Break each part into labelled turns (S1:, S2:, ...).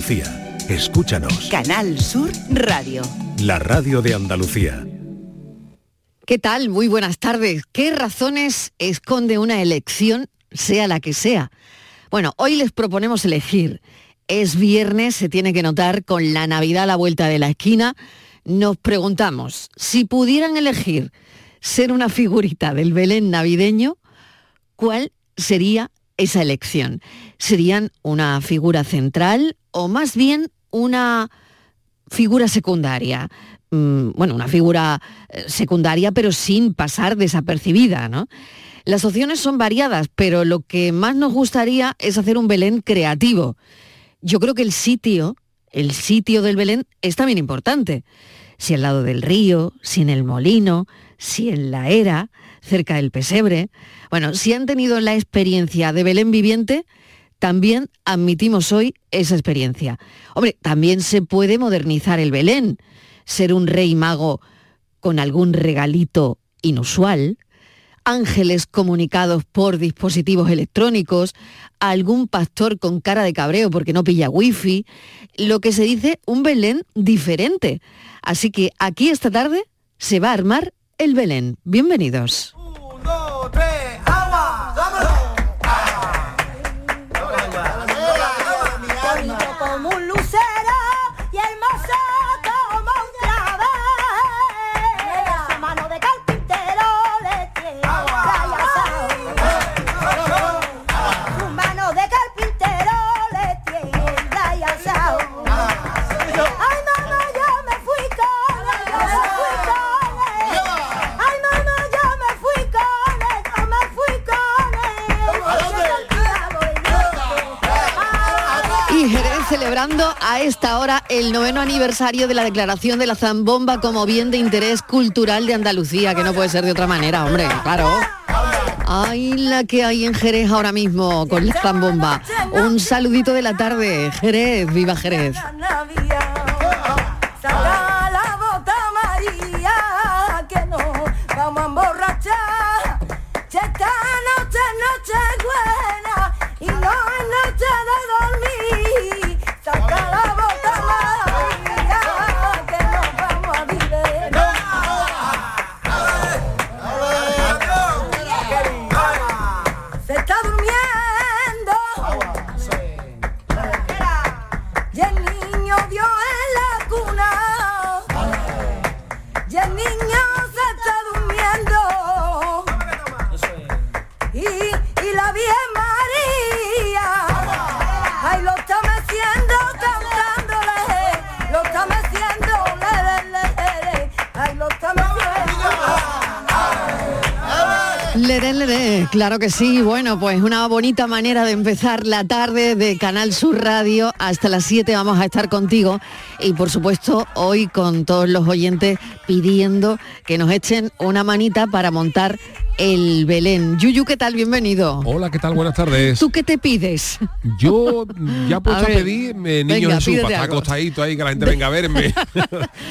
S1: Andalucía. Escúchanos.
S2: Canal Sur Radio.
S1: La radio de Andalucía.
S3: ¿Qué tal? Muy buenas tardes. ¿Qué razones esconde una elección, sea la que sea? Bueno, hoy les proponemos elegir. Es viernes, se tiene que notar, con la Navidad a la vuelta de la esquina. Nos preguntamos, si pudieran elegir ser una figurita del Belén navideño, ¿cuál sería esa elección? ¿Serían una figura central o más bien una figura secundaria? Mm, bueno, una figura eh, secundaria pero sin pasar desapercibida, ¿no? Las opciones son variadas, pero lo que más nos gustaría es hacer un Belén creativo. Yo creo que el sitio, el sitio del Belén es también importante. Si al lado del río, si en el molino, si en la era, cerca del pesebre. Bueno, si han tenido la experiencia de Belén viviente, también admitimos hoy esa experiencia. Hombre, también se puede modernizar el Belén, ser un rey mago con algún regalito inusual, ángeles comunicados por dispositivos electrónicos, algún pastor con cara de cabreo porque no pilla wifi, lo que se dice un Belén diferente. Así que aquí esta tarde se va a armar el Belén. Bienvenidos.
S4: como un lucero y hermoso como un clavel. Su mano de carpintero le tiene rayazao. Su mano de carpintero le tiene rayazao. Ay, mamá, yo me fui con él, yo me fui con él. Ay, mamá, yo me fui con él, yo me fui con él.
S3: Y Jerez celebrando a esta hora el noveno aniversario de la declaración de la zambomba como bien de interés cultural de Andalucía, que no puede ser de otra manera, hombre, claro. Ay, la que hay en Jerez ahora mismo con la zambomba. Un saludito de la tarde, Jerez, viva Jerez.
S4: Saca la bota María, que no vamos a emborrachar. Ya esta noche es noche buena y no es noche de dormir. Saca la bota María, que nos vamos a vivir. Se está durmiendo. Y el niño dio en la cuna. Y el niño se está durmiendo. Y, y la Virgen María. Ay, lo está meciendo cantándole. Lo está meciendo. le, le, le, le. Ay, lo está meciendo.
S3: Leré, leré, claro que sí. Bueno, pues una bonita manera de empezar la tarde de Canal Sur Radio. Hasta las 7 vamos a estar contigo y por supuesto hoy con todos los oyentes pidiendo que nos echen una manita para montar el Belén. Yuyu, ¿qué tal? Bienvenido.
S5: Hola, ¿qué tal? Buenas tardes.
S3: ¿Tú qué te pides?
S5: Yo mm, ya he puesto
S3: A
S5: a,
S3: ver,
S5: pedir eh, niño
S3: venga,
S5: Jesús,
S3: pídete
S5: para estar
S3: algo.
S5: acostadito ahí, que la gente venga a verme.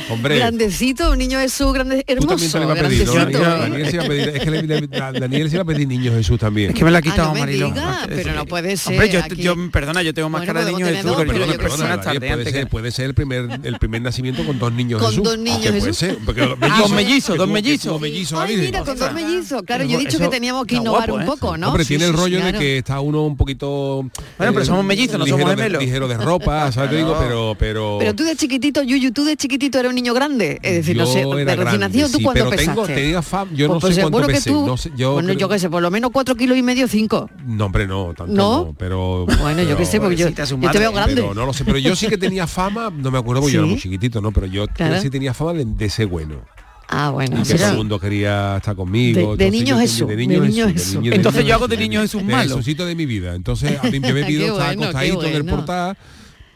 S5: Hombre,
S3: Grandecito, un niño Jesús, grande,
S5: tú también
S3: hermoso.
S5: te le vas a pedir, ¿no?
S3: grandecito,
S5: Daniel,
S3: ¿eh?
S5: Daniel se va a pedir, es que le- le- a Daniel se va a pedir niño Jesús también.
S6: Es que me la ha
S5: Ah,
S6: quitado
S5: no me
S6: Mariló.
S5: diga,
S6: Es-
S3: pero no puede ser,
S6: Hombre, yo,
S3: aquí-
S6: yo- perdona, yo tengo más
S3: Bueno,
S6: cara de niño
S3: podemos
S6: Jesús,
S3: tener dos, pero
S6: pero yo le
S3: yo
S6: pregunto
S3: creo
S6: a
S3: que
S5: Daniel,
S6: tarde
S5: puede,
S6: antes que-
S5: ser, puede ser el primer, el primer nacimiento con dos niños
S3: Con
S5: Jesús. Ah,
S3: dos niños
S5: Que puede
S3: Jesús.
S5: ser, porque los mellizos,
S3: Ah, dos mellizos,
S5: que
S6: dos
S5: tuvo- que tuvo
S6: mellizos.
S5: mellizos, la
S3: Ay,
S5: Virgen.
S3: mira, con dos mellizos. Claro, yo he dicho
S5: Eso-
S3: que teníamos que
S5: está
S3: innovar
S5: guapo,
S3: un
S5: ¿eh?
S3: poco, ¿no?
S5: Hombre,
S3: Sí,
S5: tiene
S3: sí,
S5: el
S3: sí,
S5: rollo
S3: claro.
S5: de que está uno un poquito... eh,
S6: Bueno, pero somos mellizos, no somos
S5: ligero de-
S6: gemelos.
S5: Ligero de ropa, ¿sabes? Te digo, pero... pero...
S3: Pero tú de chiquitito, Yuyu, tú de chiquitito eras un niño grande. Es decir, no
S5: Yo
S3: sé, de
S5: era
S3: recién
S5: grande,
S3: nacido, ¿tú
S5: sí,
S3: cuánto
S5: pero tengo-
S3: pesaste?
S5: tenía fam- yo no
S3: pues
S5: sé cuánto
S3: seguro que
S5: pesé,
S3: tú-
S5: no sé, yo
S3: bueno,
S5: creo-
S3: yo qué sé, por lo menos cuatro kilos y medio, cinco.
S5: No, hombre, no, tanto
S3: ¿No?
S5: no, pero...
S3: Bueno, yo qué sé, porque yo,
S6: Pobrecita, su
S3: yo te
S6: madre,
S3: veo grande.
S5: Pero no lo sé, pero yo sí que tenía fama, no me acuerdo porque yo era
S3: ¿Sí?
S5: muy chiquitito, ¿no? Pero yo
S3: Claro.
S5: sí tenía fama de, de ser bueno.
S3: Ah, bueno.
S5: Y que
S3: sí,
S5: todo el
S3: sí.
S5: mundo quería estar conmigo.
S3: De- de
S5: entonces
S3: niño
S5: yo tenía-
S3: Jesús, de niño Jesús.
S5: de niño
S6: Entonces yo hago de niño Jesús
S5: de
S6: malo.
S5: Jesucito de mi vida. Entonces a mí yo me
S3: Qué
S5: pido estar
S3: bueno, qué
S5: acostadito en el
S3: bueno.
S5: portal.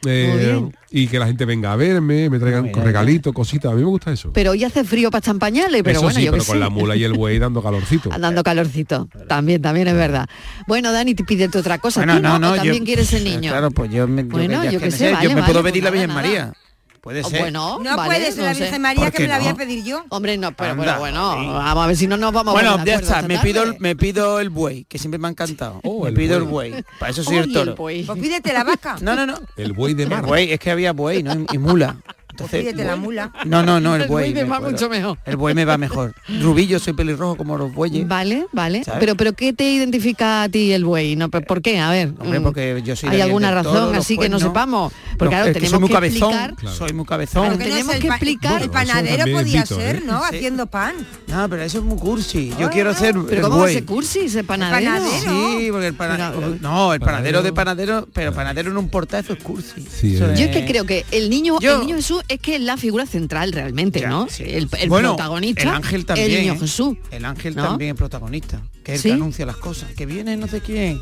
S3: Muy
S5: eh,
S3: bien.
S5: y que la gente venga a verme, me traigan
S6: Mira,
S5: regalitos, cositas. A mí me gusta eso.
S3: Pero hoy hace frío para estar en pañales, pero
S5: eso
S3: bueno,
S5: sí,
S3: yo
S5: pero
S3: qué
S5: con
S3: sé.
S5: la mula y el buey dando calorcito.
S3: Dando calorcito. También, también es verdad. Bueno, Dani, te pídete otra cosa.
S6: Bueno,
S3: ¿Tú no, ¿O
S6: yo-
S3: también quieres el niño.
S6: Claro, pues yo me,
S3: Bueno,
S6: ya
S3: yo
S6: es
S3: qué sé,
S6: yo
S3: vale,
S6: me
S3: vale,
S6: puedo
S3: pues
S6: pedir la
S3: nada,
S6: Virgen
S3: nada.
S6: María. Puede
S3: O
S6: ser.
S3: Bueno,
S7: No
S3: vale,
S7: puede ser
S3: no
S7: la
S3: sé.
S7: Virgen María
S8: ¿Por
S7: que
S8: qué
S7: me la voy a
S8: no?
S7: pedir yo.
S3: Hombre, no, pero,
S6: Anda,
S3: pero bueno, vamos a ver si no nos vamos a
S6: Bueno,
S3: poner de
S6: ya
S3: acuerdo
S6: está.
S3: esta
S6: Me pido, el,
S3: tarde.
S6: me pido el buey, que siempre me ha encantado.
S5: Oh,
S6: me
S5: el
S6: pido el
S5: buey.
S6: buey. Para eso soy
S3: Oye,
S6: el toro.
S3: pues.
S7: Pues pídete la vaca.
S6: No, no, no.
S5: El buey de
S6: El
S5: mar.
S6: buey, es que había buey, ¿no? Y- Y mula.
S7: Pues
S6: Entonces,
S7: pídete la mula.
S6: No, no, no, el
S3: El
S6: buey.
S3: buey me va
S6: acuerdo.
S3: mucho mejor.
S6: El buey me va mejor. Rubillo, soy pelirrojo como los bueyes.
S3: Vale, vale.
S6: ¿Sabes?
S3: Pero, pero ¿qué te identifica a ti el buey? No, pero ¿Por qué? A ver.
S6: Eh, Hombre,
S3: mm,
S6: porque yo soy
S3: ¿Hay
S6: Daniel
S3: alguna
S6: del
S3: razón
S6: Toro, los
S3: así que no
S6: cuernos.
S3: sepamos? Porque
S6: No,
S3: claro,
S6: es que soy
S3: tenemos
S6: muy
S3: que
S6: cabezón.
S3: explicar.
S5: Claro.
S6: Soy muy
S7: Pero
S6: cabezón.
S3: Claro.
S7: no
S3: tenemos
S7: es el
S3: que
S7: pa-
S3: explicar-
S7: El
S5: Bueno, eso
S7: panadero
S5: también es
S7: podía
S5: mito,
S7: ser,
S5: ¿eh?
S7: ¿no?
S6: Sí.
S7: Haciendo pan.
S6: No, pero eso es muy cursi. Yo quiero ser
S3: Pero
S6: el
S3: ¿cómo va a
S6: buey.
S3: ser cursi ese panadero?
S7: panadero.
S6: Sí, porque el panadero...
S3: Pero-
S6: No, el panadero
S5: Panadero.
S6: de panadero, pero panadero en un portazo es cursi.
S5: Sí,
S6: Eso
S5: es.
S3: Yo es que creo que el niño,
S6: Yo-
S3: el niño Jesús es que es la figura central realmente,
S6: Ya,
S3: ¿no?
S6: sí.
S3: El, el
S6: Bueno,
S3: protagonista.
S6: El ángel también.
S3: El niño
S6: ¿eh?
S3: Jesús.
S6: El ángel
S3: ¿no?
S6: también es protagonista. Que es el
S3: ¿Sí?
S6: que anuncia las cosas. Que viene no sé quién.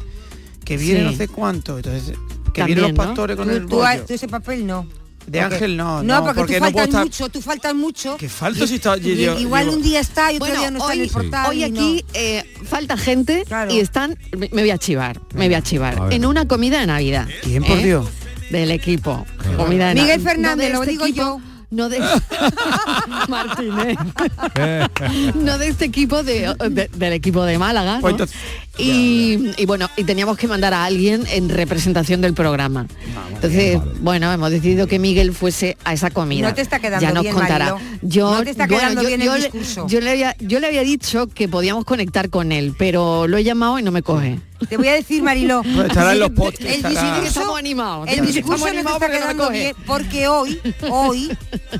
S6: Que viene
S3: Sí.
S6: no sé cuánto. Entonces, que
S3: También,
S6: vienen los
S3: ¿no?
S6: pastores con el
S7: Tú, tú,
S6: bollo.
S7: tú ese papel no.
S6: De
S7: Porque-
S6: ángel no.
S7: No, porque, tú
S6: no puedo
S7: faltas
S6: estar-
S7: mucho, tú faltas mucho.
S6: Que falto si está... yo-
S7: Y-
S6: yo-
S7: igual
S6: yo-
S7: un día está y otro
S3: Bueno,
S7: día no está en
S3: hoy-
S7: el portal.
S3: Hoy
S7: y no.
S3: aquí eh, falta gente
S7: Claro.
S3: y están, me me voy a chivar, me voy a chivar,
S5: A ver.
S3: en una comida de Navidad.
S6: ¿Quién, por Dios?
S3: Del equipo. Comida de
S7: Miguel
S3: Nav-
S7: Fernández,
S3: de este
S7: lo digo yo.
S3: No de Martínez. no de este equipo de, de- del equipo de Málaga. ¿no?
S6: Pues entonces-
S3: y, y bueno, y teníamos que mandar a alguien en representación del programa.
S6: Ah,
S3: Entonces, bueno, hemos decidido que Miguel fuese a esa comida.
S7: No te está quedando
S3: ya nos
S7: bien,
S3: contará.
S7: Mariló.
S3: Yo,
S7: No te está
S3: bueno,
S7: quedando
S3: yo-
S7: bien el
S3: yo le-
S7: discurso.
S3: yo le, había, yo le había dicho que podíamos conectar con él, pero lo he llamado y no me coge.
S7: Te voy a decir, Mariló.
S6: Pues estará en los podcasts.
S7: El
S6: estará-
S3: Dice que
S7: discurso,
S3: estamos animados.
S7: el
S3: Dice que
S7: discurso
S3: estamos
S7: no te
S3: animados
S7: está
S3: porque no
S7: quedando
S3: me coge.
S7: bien porque hoy, hoy,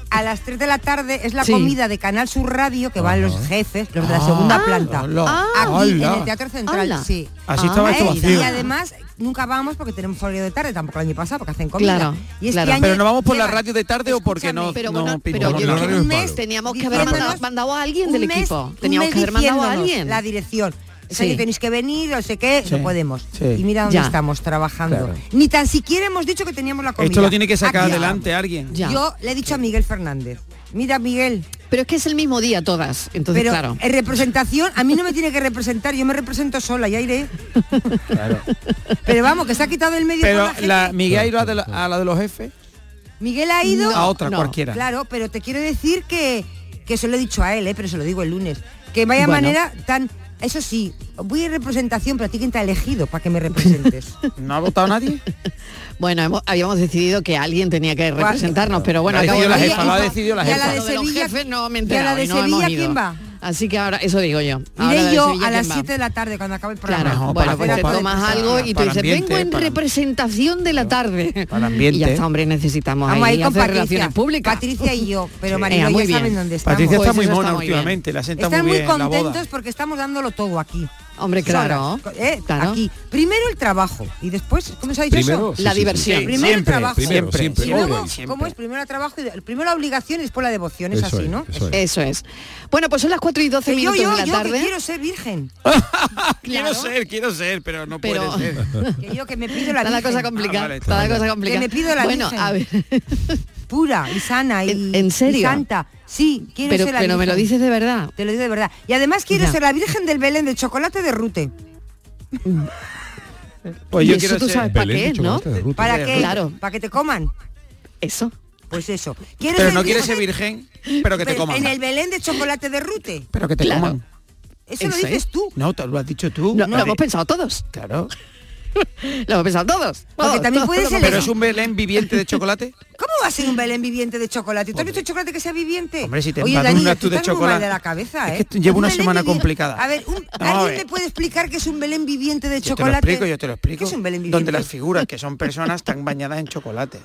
S7: a las 3 de la tarde es la
S3: Sí.
S7: comida de Canal Sur Radio que van los jefes, los de la segunda planta.
S6: Ah. hola.
S7: Aquí en
S6: Hola.
S7: el Teatro Central,
S3: Hola.
S7: sí.
S6: Así
S3: Ah,
S6: estaba esto
S7: Eh,
S6: vacío.
S7: Y además nunca vamos porque tenemos horario de tarde, tampoco el año pasado porque hacen comida.
S3: Claro,
S7: y este
S3: claro.
S7: año
S6: Pero no vamos por la
S7: llevan-
S6: radio de tarde o porque no,
S3: Pero
S6: no
S3: bueno, pero
S6: pintamos
S5: yo
S6: nada.
S5: quiero-
S7: un
S5: Claro.
S7: mes
S3: Teníamos que haber
S7: diciéndonos-
S3: mandado, mandado a alguien
S7: un
S3: del
S7: mes-
S3: equipo.
S7: un
S3: Teníamos
S7: mes
S3: que haber mandado a
S7: diciéndonos
S3: alguien.
S7: La dirección. Es
S3: Sí.
S7: que tenéis que venir, no sé qué,
S6: Sí,
S7: no podemos.
S6: sí.
S7: Y mira dónde
S3: Ya.
S7: estamos trabajando.
S6: Claro.
S7: Ni tan siquiera hemos dicho que teníamos la comida.
S6: Esto lo tiene que sacar
S7: Aquí
S6: adelante alguien.
S3: Ya.
S7: Yo le he dicho a Miguel Fernández. Mira, Miguel,
S3: Pero es que es el mismo día todas. Entonces,
S7: pero
S3: claro.
S7: en representación, a mí no me tiene que representar, yo me represento sola, ya iré. Pero vamos, que se ha quitado el medio.
S6: Pero
S7: con gente.
S6: la, Miguel ha ido a, de la- a la de los jefes,
S7: Miguel ha ido.
S6: a otra
S3: no.
S6: cualquiera.
S7: Claro, pero te quiero decir que, que eso lo he dicho a él, ¿eh? pero se lo digo el lunes. Que vaya
S3: Bueno.
S7: manera tan. Eso sí, voy en representación, pero a ti quién te ha elegido para que me representes.
S6: ¿No ha votado nadie?
S3: Bueno, hemos- habíamos decidido que alguien tenía que representarnos, pero bueno,
S6: Lo ha
S3: acabo de-
S6: decidido la
S3: Oye,
S6: jefa, lo ha decidido la
S7: y a la
S6: jefa.
S7: de
S3: lo de los
S7: Sevilla-
S3: jefes no me he
S7: y a la
S3: enterado
S7: de
S3: y no hemos
S7: Sevilla,
S3: ido.
S7: ¿quién va?
S3: Así que ahora, eso digo yo. Ahora la
S7: Iré
S3: de
S7: yo
S3: Sevilla,
S7: a las
S3: ¿quién va?
S7: 7 de la tarde cuando acabe el programa.
S3: Claro,
S6: No,
S3: bueno,
S6: para-
S3: pues te
S6: para-
S3: tomas
S6: para-
S3: algo y tú
S6: para el
S3: dices,
S6: ambiente,
S3: vengo en
S6: para-
S3: representación de la tarde.
S6: Para el ambiente.
S3: Y ya está, hombre, necesitamos
S7: Vamos a
S3: ahí
S7: ir con
S3: hacer
S7: Patricia.
S3: relaciones públicas.
S7: Patricia y yo, pero
S6: Sí.
S7: María
S3: Ea, muy
S7: ya saben
S3: bien.
S7: dónde estamos.
S6: Patricia
S3: Pues
S6: está muy
S3: eso está
S6: mona
S3: muy bien.
S6: últimamente, la sienta
S7: Están
S6: muy
S7: muy,
S6: bien la boda.
S7: contentos porque estamos dándolo todo aquí.
S3: Hombre, claro.
S7: Solas, eh,
S3: Claro.
S7: Aquí. Primero el trabajo y después, ¿cómo se ha dicho
S5: Primero,
S7: eso?
S3: La
S5: Sí, sí,
S3: diversión.
S6: sí.
S7: Primero el
S6: siempre,
S7: trabajo.
S5: primero, siempre,
S7: Y
S5: Siempre.
S7: luego,
S6: Siempre.
S7: ¿cómo es? Primero el trabajo, y de- primero la obligación y después la devoción, es
S5: Eso
S7: así,
S5: es,
S7: ¿no?
S5: eso es.
S3: Eso es. Bueno, pues son las 4 y 12
S7: Que yo,
S3: minutos
S7: yo,
S3: de la
S7: yo que
S3: tarde.
S7: quiero ser virgen.
S6: Quiero
S3: Claro.
S6: ser, quiero ser, pero no
S3: Pero-
S6: puede ser.
S7: Que yo que me pido la
S3: Está la
S7: virgen
S3: cosa complicada.
S6: Ah, vale,
S3: está la
S6: está.
S3: cosa complicada.
S7: Que me pido la
S3: bueno,
S7: Virgen.
S3: a ver.
S7: pura y sana y,
S3: ¿En- en serio?
S7: y santa. Sí, quiero
S3: pero
S7: ser la
S3: pero me lo
S7: virgen.
S3: dices de verdad.
S7: Te lo digo de verdad. Y además quiero
S3: Ya.
S7: ser la virgen del Belén de chocolate de Rute.
S6: Pues
S3: y
S6: yo
S3: eso
S6: quiero
S3: tú
S6: ser.
S3: sabes para
S5: Belén
S3: qué
S5: de
S3: es, ¿no?
S5: chocolate de ruta.
S7: ¿Para qué?
S3: Claro.
S7: Para que te coman.
S3: Eso.
S7: Pues eso. Quiero
S6: Pero
S7: ser
S6: no quieres
S7: virgen-
S6: ser virgen, pero que te
S7: Pero
S6: coman.
S7: En el Belén de chocolate de Rute.
S6: Pero que te
S3: Claro.
S6: coman.
S7: Eso, lo
S3: Eso
S7: dices
S3: es.
S7: tú.
S6: No, te lo has dicho tú.
S3: No, lo
S6: Vale.
S3: hemos pensado todos.
S6: Claro.
S3: Lo hemos pensado todos.
S7: Porque
S3: Todos,
S7: también
S3: todos,
S7: puede
S3: todos.
S7: ser
S6: Pero es un Belén viviente de chocolate.
S7: ¿Cómo va a ser un Belén viviente de chocolate? ¿Tú has visto chocolate que sea viviente?
S6: Hombre, si te
S7: Oye,
S6: empadurnas
S7: Daniel,
S6: tú de
S7: estás muy
S6: chocolate.
S7: mal de la cabeza,
S6: Es
S7: ¿eh?
S6: que llevo
S7: Un
S6: una
S7: Belén
S6: semana
S7: viviente-
S6: complicada.
S7: A ver, un-
S6: Vamos a
S7: ¿alguien me
S6: ver.
S7: puede explicar qué es un Belén viviente de
S6: Yo te lo
S7: chocolate?
S6: explico, yo te lo explico.
S7: ¿Qué es un Belén viviente?
S6: Donde las figuras que son personas están bañadas en chocolate.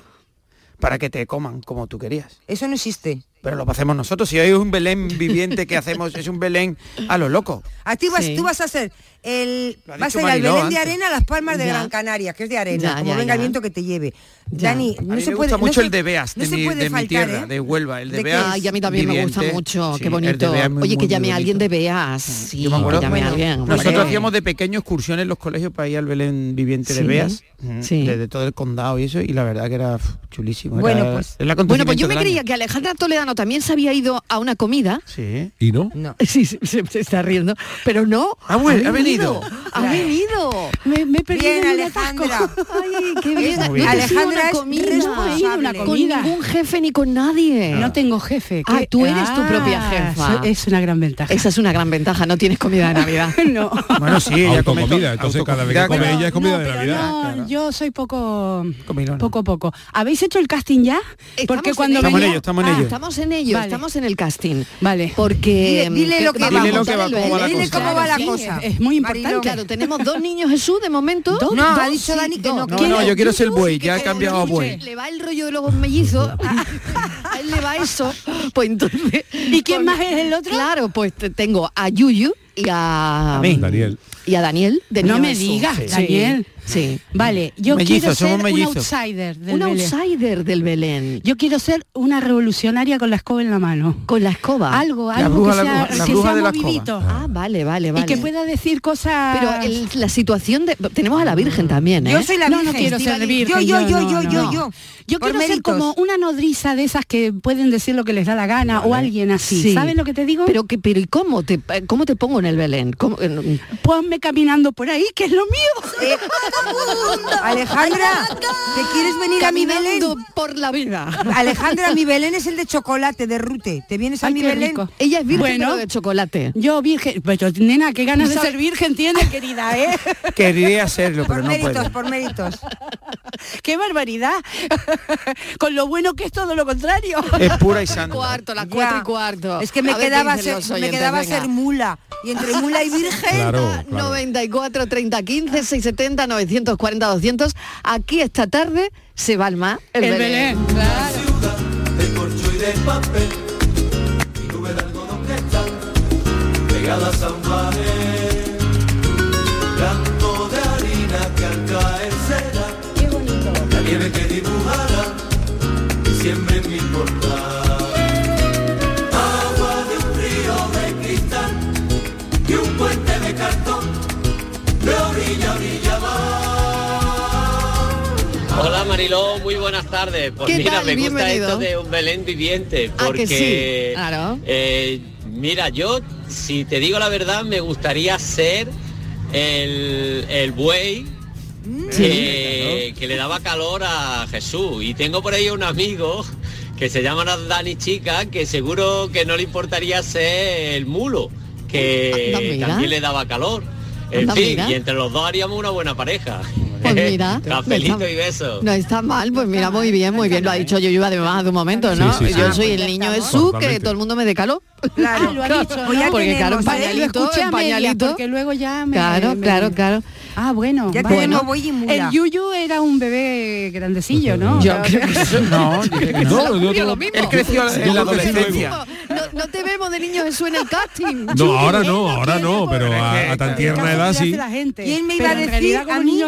S6: Para que te coman como tú querías.
S7: Eso no existe.
S6: Pero lo hacemos nosotros. Si hay un Belén viviente que hacemos, es un Belén a lo loco.
S7: A ti vas,
S3: Sí.
S7: tú vas a ser el
S6: Lo ha
S7: vas a
S6: dicho
S7: ir al
S6: Mariló
S7: Belén de
S6: antes.
S7: arena a las palmas de
S3: Ya.
S7: Gran Canaria, que es de arena,
S3: Ya,
S7: como
S3: ya,
S7: venga el
S3: ya.
S7: viento que te lleve.
S3: Ya.
S7: Dani,
S6: A mí
S7: no
S6: me
S7: se puede
S6: gusta mucho
S7: no
S6: el
S7: se-
S6: de Beas,
S7: no
S6: de,
S7: se
S6: mi,
S7: puede
S6: de mi
S7: faltar,
S6: tierra,
S7: ¿eh?
S6: de Huelva. El de,
S7: ¿De qué?
S6: Beas.
S3: Ay, a mí también me gusta
S6: viviente.
S3: mucho,
S6: Sí,
S3: qué
S6: el de
S3: bonito.
S6: Beas es muy,
S3: Oye, que
S6: muy,
S3: llame
S6: muy
S3: a alguien de
S6: bonito.
S3: Beas. Sí,
S6: Yo me acuerdo.
S3: que llame a
S7: Bueno,
S3: alguien. hombre.
S6: Nosotros hacíamos de pequeño excursiones en los colegios para ir al Belén viviente de
S3: Sí,
S6: Beas, mm,
S3: sí.
S6: desde todo el condado y eso, y la verdad que era pf, chulísimo.
S7: Bueno,
S6: era
S7: pues-
S6: el
S3: Bueno, pues yo me
S6: acontecimiento del año.
S3: creía que Alejandra Toledano no, también se había ido a una comida.
S6: Sí.
S5: ¿Y no?
S7: No.
S3: Sí, sí, se, se está riendo, pero no.
S6: Ah, bueno, ha venido.
S3: Ha venido. Me, me he perdido
S7: Bien,
S3: en un
S7: Alejandra.
S3: atasco. Ay, qué
S7: Muy
S3: bien. No
S7: bien.
S3: te has ido a
S7: Alejandra
S3: una
S7: es
S3: comida.
S7: responsable.
S3: Una Con
S9: Comida.
S3: ningún jefe ni con nadie.
S9: No tengo jefe.
S3: Ah,
S9: que-
S3: tú eres tu
S9: Ah,
S3: propia jefa.
S9: eso Es una gran ventaja.
S3: Esa es una gran ventaja, no tienes comida de Navidad.
S9: no.
S6: Bueno, sí, ella come
S5: Autocomida,
S6: to-
S5: entonces cada vez
S6: autocomida,
S5: que come ella es comida
S9: no,
S6: claro.
S5: de
S9: pero
S5: Navidad.
S9: no,
S6: claro.
S9: yo soy poco
S6: Comilona.
S9: poco poco. ¿Habéis hecho el casting ya?
S3: Estamos
S9: Porque
S3: en
S9: cuando
S3: ello.
S6: Estamos en
S9: venía-
S6: ello, estamos
S3: Estamos
S9: Ah,
S6: en ello.
S3: en ello,
S9: Vale.
S3: estamos en el casting.
S9: Vale.
S3: Porque
S7: Dile- dile
S3: mm,
S7: lo que
S3: vamos,
S7: Dile lo
S6: que Em, va,
S3: dale
S6: cómo va la
S7: Dile
S6: cosa.
S7: cómo va la
S9: Sí, Eh,
S7: cosa.
S9: es- es muy importante.
S7: Mariló.
S3: Claro, tenemos dos niños Jesús de momento.
S7: No, ha dicho
S3: sí,
S7: Dani que no,
S3: dos.
S7: que
S6: No,
S9: ¿Quién
S6: no,
S9: es?
S6: yo quiero ser
S9: Yuyus,
S6: buey,
S9: que
S6: ya
S9: te
S6: he cambiado a
S9: escuche.
S6: buey.
S3: Le va el rollo de los mellizos. a él le va eso. Pues entonces.
S9: Ah. ¿Y quién más es el otro?
S3: Claro, pues te- tengo a Yuyu y a,
S6: mí.
S5: Daniel.
S3: Y a Daniel. Mm, de
S9: No
S3: Niño
S9: me
S3: Jesús.
S9: digas,
S3: Sí.
S9: Daniel.
S3: Sí.
S9: Vale, yo
S6: Mellizos,
S9: quiero ser
S6: somos
S9: un
S6: mellizos.
S9: outsider del
S3: Un
S9: Belén.
S3: outsider del Belén.
S9: Yo quiero ser una revolucionaria con la escoba en la mano.
S3: Con la escoba.
S9: Algo,
S6: La
S9: algo
S6: bruja,
S9: que
S6: la
S9: sea,
S6: bruja, la
S9: que
S6: bruja
S9: sea
S6: de la escoba.
S9: movidito.
S3: Ah, vale, vale, vale.
S9: Y que pueda decir cosas...
S3: Pero el- la situación de. Tenemos a la Virgen también, ¿eh?
S7: Ah. Yo soy la
S9: no,
S7: virgen.
S9: no quiero ser
S7: Estivali.
S9: virgen.
S7: Yo, yo, yo,
S9: no,
S7: yo,
S9: no,
S7: yo,
S9: no.
S7: yo.
S9: Yo
S7: Por
S9: quiero ser
S7: méritos.
S9: como una nodriza de esas que pueden decir lo que les da la gana o alguien así.
S3: Sí.
S9: ¿Sabes lo que te digo?
S3: Pero que, pero ¿y cómo te, cómo te pongo en el Belén? ¿Cómo- en-
S9: ponme caminando por ahí, que es lo mío.
S7: Eh, Alejandra, ¿te quieres venir a mi Belén?
S3: caminando por la vida.
S7: Alejandra, mi Belén es el de chocolate, de rute. ¿Te vienes a
S9: Ay,
S7: mi
S9: qué
S7: Belén?
S9: rico.
S3: Ella es virgen
S9: Bueno.
S3: pero de chocolate.
S9: Yo virgen, pero nena, qué ganas de ser virgen tiene, querida, ¿eh?
S6: Querría serlo, pero
S7: Por
S6: no
S7: méritos,
S6: puedo.
S7: por méritos.
S9: qué barbaridad. Con lo bueno que es todo lo contrario.
S6: Es pura y santa.
S3: Cuarto, las
S7: Ya.
S3: cuatro y cuarto.
S7: Es que me
S3: A ver qué
S7: quedaba,
S3: dicen
S7: ser,
S3: los
S7: me
S3: oyentes,
S7: quedaba
S3: venga.
S7: ser mula. Y entre mula y virgen.
S5: Claro, claro.
S3: 94 30 15 670 940 200 aquí esta tarde se va al mar el,
S9: El
S3: Belén.
S9: Belén, claro.
S10: Hola Mariló, muy buenas tardes. Pues
S3: ¿Qué
S10: mira,
S3: tal?
S10: me gusta
S3: Bienvenido.
S10: esto de un Belén viviente,
S3: Ah,
S10: porque
S3: que sí, claro.
S10: eh, mira, yo si te digo la verdad, me gustaría ser el, el buey
S3: Mm.
S10: que, que le daba calor a Jesús. Y tengo por ahí un amigo que se llama Dani Chica, que seguro que no le importaría ser el mulo,
S3: Anda,
S10: que
S3: mira.
S10: también le daba calor. En
S3: Anda,
S10: fin,
S3: mira.
S10: y entre los dos haríamos una buena pareja.
S3: Pues mira,
S10: Cafelito
S3: no está-
S10: y besos.
S3: No está mal, pues mira, muy bien, muy bien. Lo ha dicho yo además de un momento, ¿no?
S5: Sí, sí, sí.
S3: Yo
S5: Ah,
S3: soy
S7: pues
S3: el
S7: ya
S3: niño
S7: estamos.
S3: Jesús, que
S5: Totalmente.
S3: todo el mundo me decaló.
S7: Claro.
S9: Ah, lo ha dicho, ¿no?
S7: Pues ya
S3: Porque claro,
S7: tenemos,
S3: en
S7: ¿eh?
S9: Vale, lo
S3: pañalito,
S9: escuché
S3: en
S9: a medias,
S3: pañalito.
S9: porque luego ya me-
S3: Claro,
S9: me-
S3: claro, claro.
S9: Ah, bueno.
S7: Ya
S9: vale.
S7: tenemos buey y mula.
S9: El Yuyu era un bebé grandecillo, ¿no?
S3: Yo creo
S6: No, dice que no.
S5: No, yo
S3: Yo
S5: no-
S3: lo mismo.
S6: Él creció en la adolescencia.
S3: No, no te vemos de niño Jesús en el casting.
S5: No, ahora no,
S9: no
S5: ahora
S9: quiere,
S5: no,
S9: por-
S5: pero a, a tan tierna edad sí.
S7: ¿Quién me iba a decir a mí?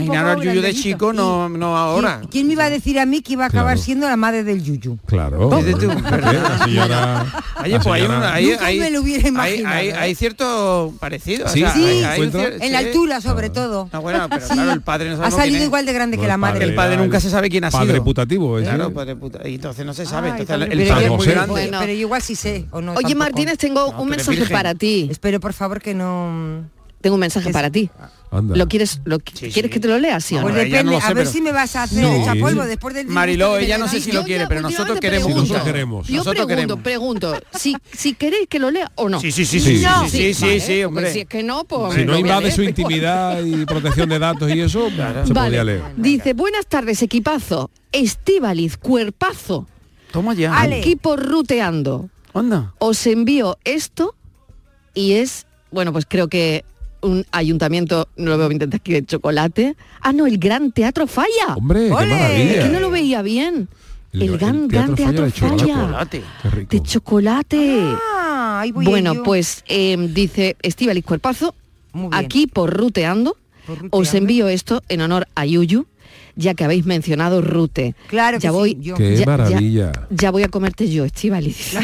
S6: Imaginaros al Yuyu de chico, no, no ahora.
S7: ¿Quién me iba a decir a mí que iba a acabar
S5: Claro.
S7: siendo la madre del Yuyu?
S5: Claro.
S6: Dices tú,
S5: Fíjate,
S6: ¿verdad?
S5: la señora-
S6: Oye,
S5: la
S6: pues hay,
S5: señora-
S6: una, hay,
S7: Nunca
S6: hay-
S7: me lo hubiera
S6: hay-
S7: imaginado,
S6: hay-
S7: ¿eh?
S6: hay cierto parecido.
S5: Sí,
S6: o sea,
S5: ¿Sí?
S6: hay- hay
S5: ¿Encuentro?
S6: cier-
S7: En la
S6: sí.
S7: altura, sobre todo.
S6: No, bueno, pero claro, el padre no
S7: Ha
S6: sabemos quién
S7: salido
S6: es.
S7: igual de grande
S5: No,
S7: que la
S5: el
S7: madre.
S6: El padre
S5: Era
S6: nunca
S5: el
S6: se sabe quién ha sido.
S5: Padre putativo, ¿eh?
S6: Claro, padre puta. Y entonces no se sabe.
S9: Ay,
S6: Entonces
S9: padre
S6: el-
S9: puta.
S6: el padre
S5: San
S6: es muy
S5: José.
S6: grande.
S3: Bueno.
S7: Pero yo igual sí sé o no.
S3: Oye,
S7: tampoco.
S3: Martínez, tengo
S6: No,
S3: un
S6: pero
S3: mensaje
S6: virgen.
S3: para ti.
S7: Espero por favor que no.
S3: Tengo un mensaje
S7: Es-
S3: para ti.
S5: Anda.
S3: ¿Lo quieres, lo,
S6: Sí,
S3: quieres
S6: sí.
S3: que te lo lea, sí o no?
S7: Pues
S6: Bueno, ella
S7: depende,
S6: no lo
S7: a
S6: sé,
S7: ver
S5: pero-
S7: si me vas a hacer
S5: No.
S7: el chapolvo después del.
S6: Mariló,
S7: disgusto que
S6: ella
S7: me
S6: no sé
S7: dais.
S6: si lo
S3: Yo
S6: quiere,
S3: ya
S6: pero nosotros
S3: últimamente
S6: queremos.
S3: pregunto.
S5: Nosotros queremos.
S3: Yo
S6: Nosotros
S3: pregunto,
S6: queremos.
S3: pregunto, si, si queréis que lo lea o no. pues
S6: Sí, sí, sí, sí, sí,
S5: No.
S6: sí, sí, sí,
S3: Vale, porque
S6: sí, hombre.
S3: Si es que no, pues...
S5: Si
S3: lo
S5: no
S3: voy a
S5: invade
S3: leer
S5: su
S3: después.
S5: intimidad y protección de datos y eso, se
S3: Vale.
S5: podría leer.
S3: Dice, buenas tardes, equipazo. Estíbaliz, cuerpazo.
S6: Toma ya.
S7: Ale.
S3: Equipo ruteando.
S6: Onda.
S3: Os envío esto y es, bueno, pues creo que un ayuntamiento, no lo veo bien aquí de chocolate. Ah, no, el Gran Teatro Falla.
S5: Hombre, qué
S7: Ole.
S5: maravilla.
S3: que no lo veía bien. El, gran, gran Teatro, Falla.
S6: Chocolate.
S5: Qué rico.
S3: De chocolate.
S7: Ah, ahí voy
S3: Bueno,
S7: yo.
S3: pues eh, dice Estíbaliz Cuerpazo,
S7: Muy bien.
S3: aquí por ruteando,
S7: Por ruteando.
S3: os envío esto en honor a Yuyu, ya que habéis mencionado rute.
S7: Claro que
S3: ya
S7: sí,
S3: voy,
S7: yo.
S5: Qué
S3: ya- ya-
S5: maravilla.
S3: Ya, voy a comerte yo, Estíbaliz. Yo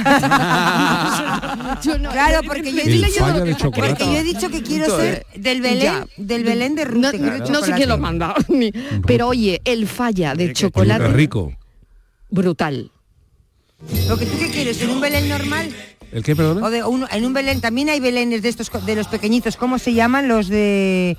S3: no-
S7: Claro, porque yo he
S3: Le
S5: El
S7: dicho,
S3: digo yo
S5: falla
S3: lo
S5: de
S3: que-
S5: chocolate.
S7: porque yo he dicho que quiero
S6: Punto, eh.
S7: ser del Belén,
S3: Ya.
S7: del Belén de
S3: No,
S7: Rute.
S3: no sé quién lo manda, ni- pero oye, el falla de
S5: Qué
S3: chocolate
S5: rico.
S3: brutal.
S7: Lo que tú qué quieres, en un Belén normal
S5: ¿El qué, perdona?
S7: o de o uno- en un Belén también hay Belenes de estos co- de los pequeñitos, ¿cómo se llaman los de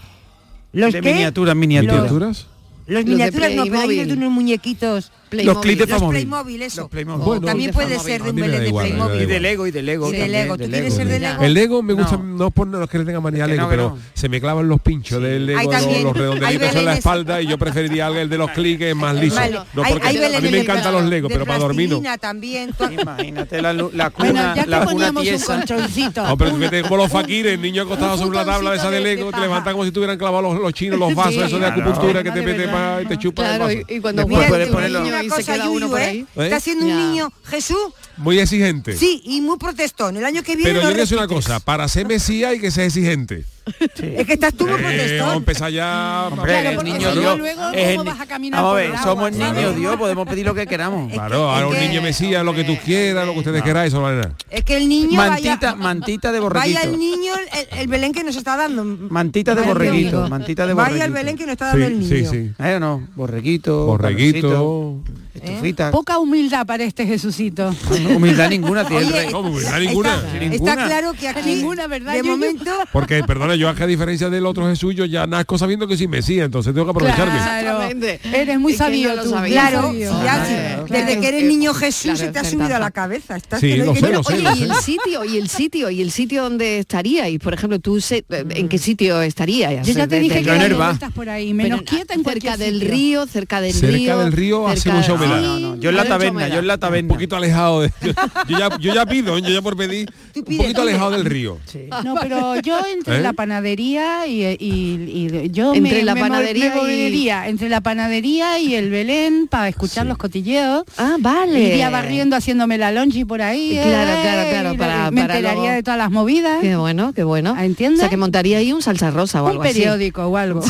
S7: los
S8: de
S7: qué?
S8: miniaturas, miniaturas.
S5: ¿Miniaturas?
S7: Los miniaturas no, pero hay unos de unos muñequitos.
S8: Los clips de Playmobil.
S7: Playmobil, eso.
S8: Los Playmobil.
S7: Bueno, Oh, también
S8: de
S7: puede
S8: Playmobil.
S7: ser de
S5: A
S7: un
S5: mí me da
S7: Belén de
S5: igual, me da
S7: Playmobil.
S5: igual.
S6: Y de Lego, y de Lego.
S7: Y de
S6: también,
S7: Lego. ¿Tú
S6: Lego.
S7: quieres ser de Lego?
S5: El Lego me gusta, no, es por los que le tengan manía al
S6: Que
S5: Lego,
S6: no, que
S5: pero
S6: no.
S5: se me clavan los pinchos del Lego,
S7: Hay
S5: los,
S7: también-
S5: los
S7: hay
S5: redondelitos en la
S7: belenes-
S5: espalda y yo preferiría algo el de los clics que es más liso.
S7: Vale.
S5: No,
S7: Hay-
S5: porque
S7: hay
S5: a mí
S7: belenes
S5: me
S7: de
S5: encantan los Lego,
S7: de
S5: pero para dormir no.
S7: plastilina también. tú-
S6: Imagínate la, lu- la cuna,
S9: Bueno, ya
S6: la
S9: te
S6: cuna
S9: poníamos un
S6: tiesa.
S9: colchoncito.
S4: Ah,
S5: Hombre, tú
S9: una-
S5: vete como los faquires, el niño acostado
S9: un
S5: sobre una tabla de esa de
S9: futoncito de-
S5: Lego,
S9: de
S5: te levantan
S9: paja.
S5: como si tuvieran clavado los, los chinos, los vasos,
S3: Sí,
S5: esos de
S6: claro.
S5: acupuntura que te
S9: De
S5: mete
S9: verdad.
S5: pa- y te chupa el
S3: Claro, y,
S5: vaso.
S3: y cuando
S6: Después
S3: muere
S6: puede
S3: un
S6: ponerlo-
S3: niño y
S7: una
S3: se
S7: cosa,
S3: queda uno
S7: Yuyu,
S3: por
S7: ¿eh?
S3: ahí.
S7: Está siendo
S3: Ya.
S7: un niño, Jesús,
S5: Muy exigente.
S7: sí, y muy protestón. El año que viene
S5: Pero
S7: lo
S5: yo es una
S7: repites.
S5: cosa, para ser Mesías hay que ser exigente.
S7: Es que estás tú muy
S5: Eh,
S7: protestón.
S5: empezar ya...
S6: Hombre,
S9: Claro,
S6: es
S9: porque
S6: niño
S9: si no,
S6: Dios.
S9: luego,
S6: Es
S9: ¿cómo
S6: el
S9: vas
S6: ni-
S9: a caminar
S6: Vamos a
S9: por
S6: ver,
S9: el agua?
S6: somos
S9: Claro.
S6: niños Dios, podemos pedir lo que queramos.
S5: Claro, ahora un
S7: es que-
S5: niño Mesías, lo que tú quieras, lo que ustedes queráis, eso no vale nada.
S7: Es que el niño
S6: Mantita,
S7: vaya,
S6: mantita de
S7: vaya
S6: borreguito.
S7: el niño el, el Belén que nos está dando.
S6: Mantita de
S7: Vaya el
S6: borreguito,
S7: niño.
S6: mantita de borreguito.
S7: Vaya el Belén que nos está dando el niño.
S6: Eh, o no, borreguito,
S5: Borreguito.
S6: pancito, estufita.
S9: Poca humildad para este Jesucito.
S6: ¿Eh? Humildad ninguna tiene el
S7: Oye,
S6: rey.
S5: ¿Cómo?
S7: está-
S5: No, ninguna.
S7: Está,
S6: Ninguna.
S7: está claro que aquí
S9: Ninguna, ¿verdad,
S7: de
S9: Yuyu?
S7: momento
S5: Porque, perdona, yo a diferencia del otro Jesús, yo ya nazco sabiendo que soy Mesías, entonces tengo que aprovecharme.
S9: Claro.
S3: Exactamente.
S9: Eres muy
S3: Es que
S9: sabio
S3: no lo
S9: tú.
S3: sabía.
S7: claro,
S9: Muy
S7: ya
S9: sabio.
S7: sí,
S3: Claro.
S7: desde que eres
S3: Claro.
S7: niño Jesús
S3: Claro,
S7: se te ha
S3: es
S7: subido a la
S3: verdad.
S7: cabeza. Estás
S5: Sí,
S7: que no hay
S5: lo
S7: que-
S5: sé, lo sé,
S3: Oye,
S5: lo
S3: y
S5: sé.
S3: el sitio, y el sitio, y el sitio donde estaríais, por ejemplo, tú se- en qué sitio estarías.
S9: Yo ya te
S3: De-
S9: dije
S3: de-
S9: que dando
S6: Nerva.
S9: vueltas por ahí,
S3: Pero
S9: menos quieta
S3: cerca
S9: en cualquier
S3: del
S9: sitio.
S3: río, cerca del
S5: Cerca
S3: río.
S5: del río, hace mucha
S6: No,
S5: humedad.
S6: no, no, Yo en la
S3: Sí,
S6: taberna,
S3: mucha
S6: yo en la
S5: Un
S6: taberna.
S5: poquito alejado de... Yo, yo ya, yo ya pido, yo ya por pedir.
S7: Tú
S5: Un
S7: pides,
S5: poquito
S7: tú
S5: alejado del río.
S9: No, pero yo entre
S5: ¿Eh?
S9: la panadería y, y- y- yo me-
S3: Entre la
S9: me, mol-
S3: panadería
S9: me
S3: y-
S9: movería entre la panadería y el Belén para escuchar los cotilleos.
S3: Ah, vale.
S9: Iría barriendo haciéndome la longi por ahí.
S3: Claro,
S9: eh,
S3: claro, claro,
S9: y
S3: para-
S9: me
S3: para
S9: enteraría
S3: luego-
S9: de todas las movidas.
S3: Qué bueno, qué bueno.
S9: Ah, ¿entiendes?
S3: O sea, que montaría ahí un salsa rosa o
S9: Un
S3: algo así.
S9: periódico o algo.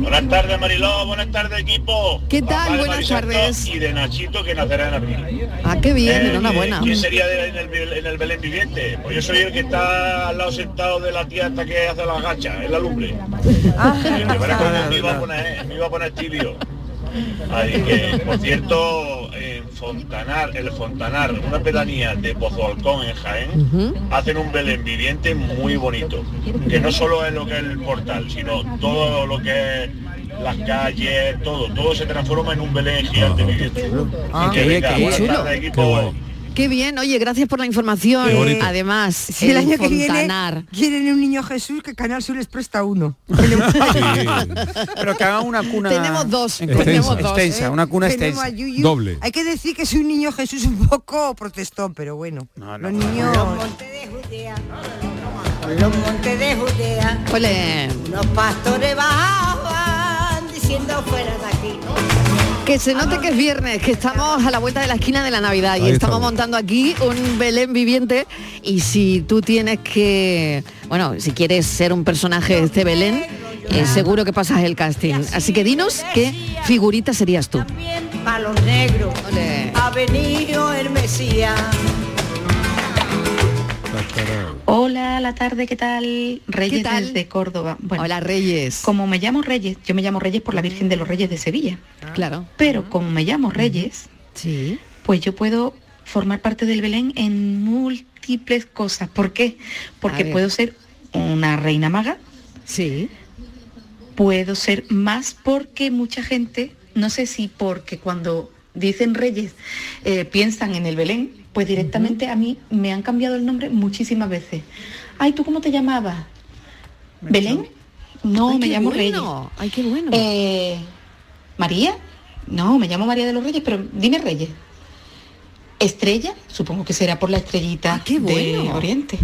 S11: Buenas tardes, Mariló. Buenas tardes, equipo.
S3: ¿Qué tal?
S11: Rafael
S3: Buenas
S11: Marisanto
S3: tardes.
S11: Y de Nachito, que nacerá en abril.
S3: Ah, qué bien,
S11: Eh,
S3: enhorabuena.
S11: ¿Quién sería de- en, el, en el Belén viviente? Pues yo soy el que está al lado sentado de la tía hasta que hace las gachas, en la lumbre. Y me parece que me iba a poner, me iba a poner tibio. Así que, por cierto, en Fontanar, el Fontanar, una pedanía de Pozo Alcón en Jaén, hacen un Belén viviente muy bonito. Que no solo es lo que es el portal, sino todo lo que es las calles, todo, todo se transforma en un Belén gigante viviente.
S6: Ah,
S11: Y
S6: qué
S11: que venga,
S6: bien, qué
S11: buenas
S6: chulo.
S11: tardes,
S5: Qué bueno.
S11: equipo.
S3: Qué bien, oye, gracias por la información.
S5: Qué bonito.
S3: Además,
S7: Si el, año que
S3: Fontanar.
S7: viene quieren un niño Jesús que Canal Sur les presta uno.
S6: Pero que haga una cuna...
S3: Tenemos dos,
S6: extensa,
S5: tenemos
S3: dos,
S6: extensa,
S7: ¿eh?
S6: una cuna
S7: Tenemos
S6: extensa.
S7: a Yuyu.
S5: Doble.
S7: Hay que decir que es un niño Jesús un poco protestón, pero bueno.
S6: No, no,
S7: los
S6: no.
S7: niños.
S12: Los montes de Judea,
S3: Ole.
S12: los pastores bajaban diciendo fuera de aquí.
S3: Que se note que es viernes, que estamos a la vuelta de la esquina de la Navidad y
S5: Ahí
S3: estamos,
S5: estamos.
S3: montando aquí un Belén viviente y si tú tienes que, bueno, si quieres ser un personaje de este Belén, eh, seguro que pasas el casting. Así que dinos qué figurita serías tú.
S12: También para los negros
S3: Ole.
S12: ha venido el Mesías.
S13: Hola, la tarde, ¿qué tal? Reyes
S3: ¿Qué tal?
S13: desde Córdoba. Bueno,
S3: Hola Reyes.
S13: como me llamo Reyes, yo me llamo Reyes por la Virgen de los Reyes de Sevilla,
S3: Ah. Claro.
S13: pero como me llamo Reyes,
S3: Sí.
S13: pues yo puedo formar parte del Belén en múltiples cosas. ¿Por qué? Porque
S3: ver.
S13: puedo ser una reina maga,
S3: Sí.
S13: puedo ser más porque mucha gente, no sé si porque cuando dicen Reyes eh, piensan en el Belén, pues directamente a mí me han cambiado el nombre muchísimas veces. Ay, ¿tú cómo te llamabas? ¿Belén? No,
S3: Ay,
S13: me
S3: qué
S13: llamo Reyes.
S3: bueno. Ay, qué bueno.
S13: Eh, ¿María? No, me llamo María de los Reyes, pero dime Reyes. ¿Estrella? Supongo que será por la estrellita
S3: Ah, qué
S13: de
S3: bueno.
S13: Oriente.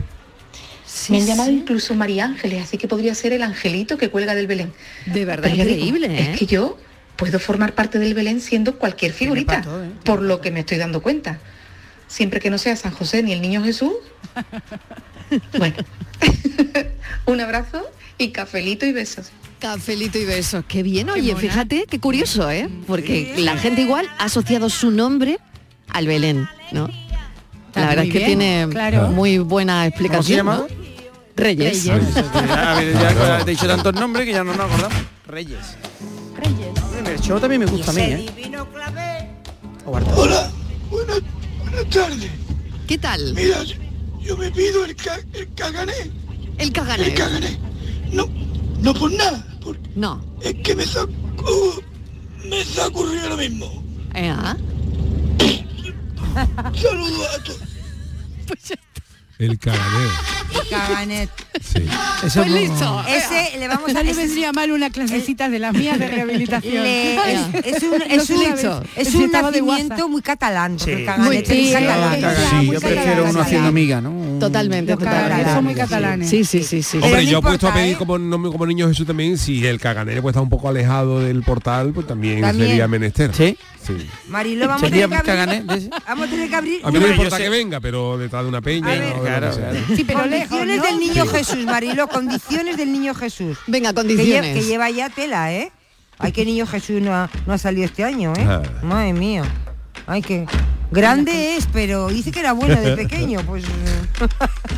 S3: Sí,
S13: me han llamado
S3: sí.
S13: incluso María Ángeles, así que podría ser el angelito que cuelga del Belén.
S3: De verdad,
S13: Pero yo digo,
S3: increíble. ¿eh?
S13: Es que yo puedo formar parte del Belén siendo cualquier figurita,
S6: para todo, ¿eh? Tiene
S13: por lo que me estoy dando cuenta. Siempre que no sea San José ni el Niño Jesús. bueno, un abrazo y cafelito y besos.
S3: Cafelito y besos. Qué bien, oye,
S9: mona.
S3: fíjate, qué curioso, ¿eh? Porque la gente igual ha asociado su nombre al Belén, ¿no?
S9: Está
S3: La verdad
S9: muy
S3: es que
S9: bien,
S3: tiene
S9: claro.
S3: muy buena
S6: ¿Cómo se
S3: explicación.
S6: llama?
S3: ¿no? Reyes.
S6: Ya, a ver, ya he dicho tantos nombres que ya no nos acordamos. Reyes. Reyes. El show también me gusta a mí, ¿eh?
S14: Hola, buenas, buenas tardes.
S3: ¿Qué tal?
S14: Mira, yo, yo me pido el, ca, el cagané.
S3: El cagané.
S14: El cagané. No, no por nada. por-
S3: No.
S14: Es que me se ha oh, me se ha ocurrido lo mismo.
S3: Eh, ah.
S14: Saludos a todos.
S3: Pues
S5: El caganeo.
S7: Caganet.
S5: Eso Pues no- listo.
S7: Ese le vamos a
S9: No le vendría mal una clasecita de las mías de rehabilitación.
S7: Le- es, es un,
S9: No
S7: es
S9: sé
S7: un-
S9: una vez,
S7: es
S9: si
S7: un
S9: estaba de
S7: nacimiento
S9: WhatsApp.
S7: muy catalán. porque
S6: Sí.
S7: el caganet
S6: Muy
S7: es
S6: sí,
S7: catalán.
S6: sí, Catalán, sí, yo prefiero
S7: catalán.
S6: uno haciendo amiga, ¿no?
S3: Totalmente, totalmente.
S9: son muy catalanes.
S3: Sí, sí, sí, sí.
S5: Hombre, yo he puesto a pedir
S6: ¿eh?
S5: como, no- como niño Jesús también, si el caganero pues está un poco alejado del portal, pues también,
S7: También.
S5: sería menester. ¿Sí?
S7: Marilo, vamos a
S5: Sería
S7: tener que abrir.
S5: caganet, ¿ves?
S7: Vamos a tener que abrir.
S5: A mí no me
S7: unas
S5: importa que venga, pero detrás de una peña. o de lo que sea.
S7: Sí, pero condiciones
S9: lejos, ¿no?
S7: del niño
S5: Sí.
S7: Jesús, Marilo, condiciones del niño Jesús.
S3: Venga,
S7: Que,
S3: condiciones.
S7: lle- que lleva ya tela, ¿eh? Ay, que niño Jesús no ha, no ha salido este año, ¿eh?
S3: Ah.
S7: Madre mía. Ay, que grande es, pero dice que era bueno de pequeño, pues...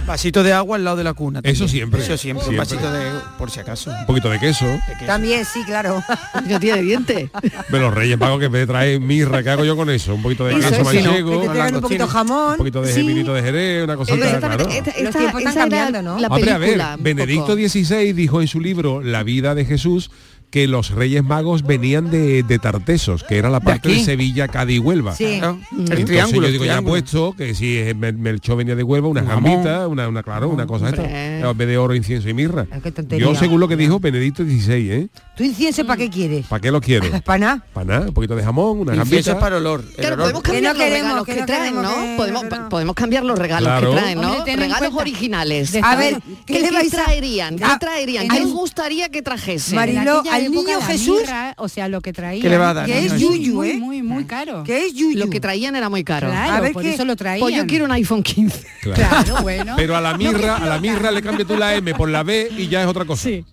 S6: Vasito de agua al lado de la cuna.
S5: Eso siempre.
S6: Eso siempre, un vasito de por si acaso.
S5: Un poquito de queso.
S7: También, sí, claro.
S3: No tiene diente.
S5: De los Reyes Magos que me trae mirra, ¿qué hago yo con eso? Un poquito de
S7: Eso,
S5: queso
S7: eso.
S5: manchego,
S7: Que te traigan un poquito de jamón.
S5: un poquito de
S7: Sí.
S5: vinito de jerez, una cosita,
S7: Hombre,
S5: claro.
S7: Los tiempos están
S3: esa era
S7: cambiando, ¿no?
S3: la
S5: Hombre, a ver,
S3: película, un
S5: Benedicto
S3: poco.
S5: XVI dijo en su libro La vida de Jesús que los Reyes Magos venían de, de Tartesos, que era la parte de,
S6: aquí?
S5: Sevilla, Cádiz y Huelva.
S6: Sí. Claro.
S5: Mm.
S6: El
S5: Entonces
S6: triángulo,
S5: Yo digo,
S6: el
S5: ya
S6: triángulo.
S5: puesto que si es Mel- Melchor venía de Huelva, unas gambitas, una, una, claro, una cosa esta. En vez de oro, incienso y mirra.
S7: tontería.
S5: Yo según lo que dijo Benedicto XVI, ¿eh?
S7: ¿Tú incienso para qué quieres?
S5: ¿Para qué lo quiero?
S7: ¿Para nada?
S5: Para nada, un poquito de jamón, una gambita.
S6: Incienso es para olor.
S3: Claro, podemos
S7: Que
S3: cambiar
S7: no
S3: los
S7: queremos,
S3: regalos
S7: que
S3: que,
S7: no
S3: traen,
S7: queremos,
S3: ¿no?
S7: que no
S3: podemos, podemos cambiar los regalos
S5: Claro.
S3: que traen, ¿no?
S5: Hombre, ten en
S3: regalos
S5: cuenta.
S3: originales.
S7: De
S3: A
S7: Estados-
S3: ver,
S7: ¿qué
S3: ¿qué,
S7: le
S3: qué
S7: vais a-
S3: traerían? ¿Qué
S7: Ah,
S3: traerían?
S7: en
S3: ¿Qué
S7: el-
S3: os gustaría que trajese?
S7: Mariló,
S9: aquella
S7: al
S9: época
S7: niño
S9: la
S7: Jesús...
S9: mirra, o sea, lo que traía.
S7: ¿Qué le va a dar, Que niño es Jesús? yuyu,
S9: muy,
S7: ¿eh?
S9: Muy, muy caro.
S7: Que es yuyu.
S3: Lo que traían era muy caro.
S9: Claro, A ver por qué- eso lo traían.
S3: Pues yo quiero un iPhone 15.
S5: Claro.
S9: Claro, bueno.
S5: Pero a la mirra, a la mirra le cambia tú la M por la B y ya es otra cosa. Sí.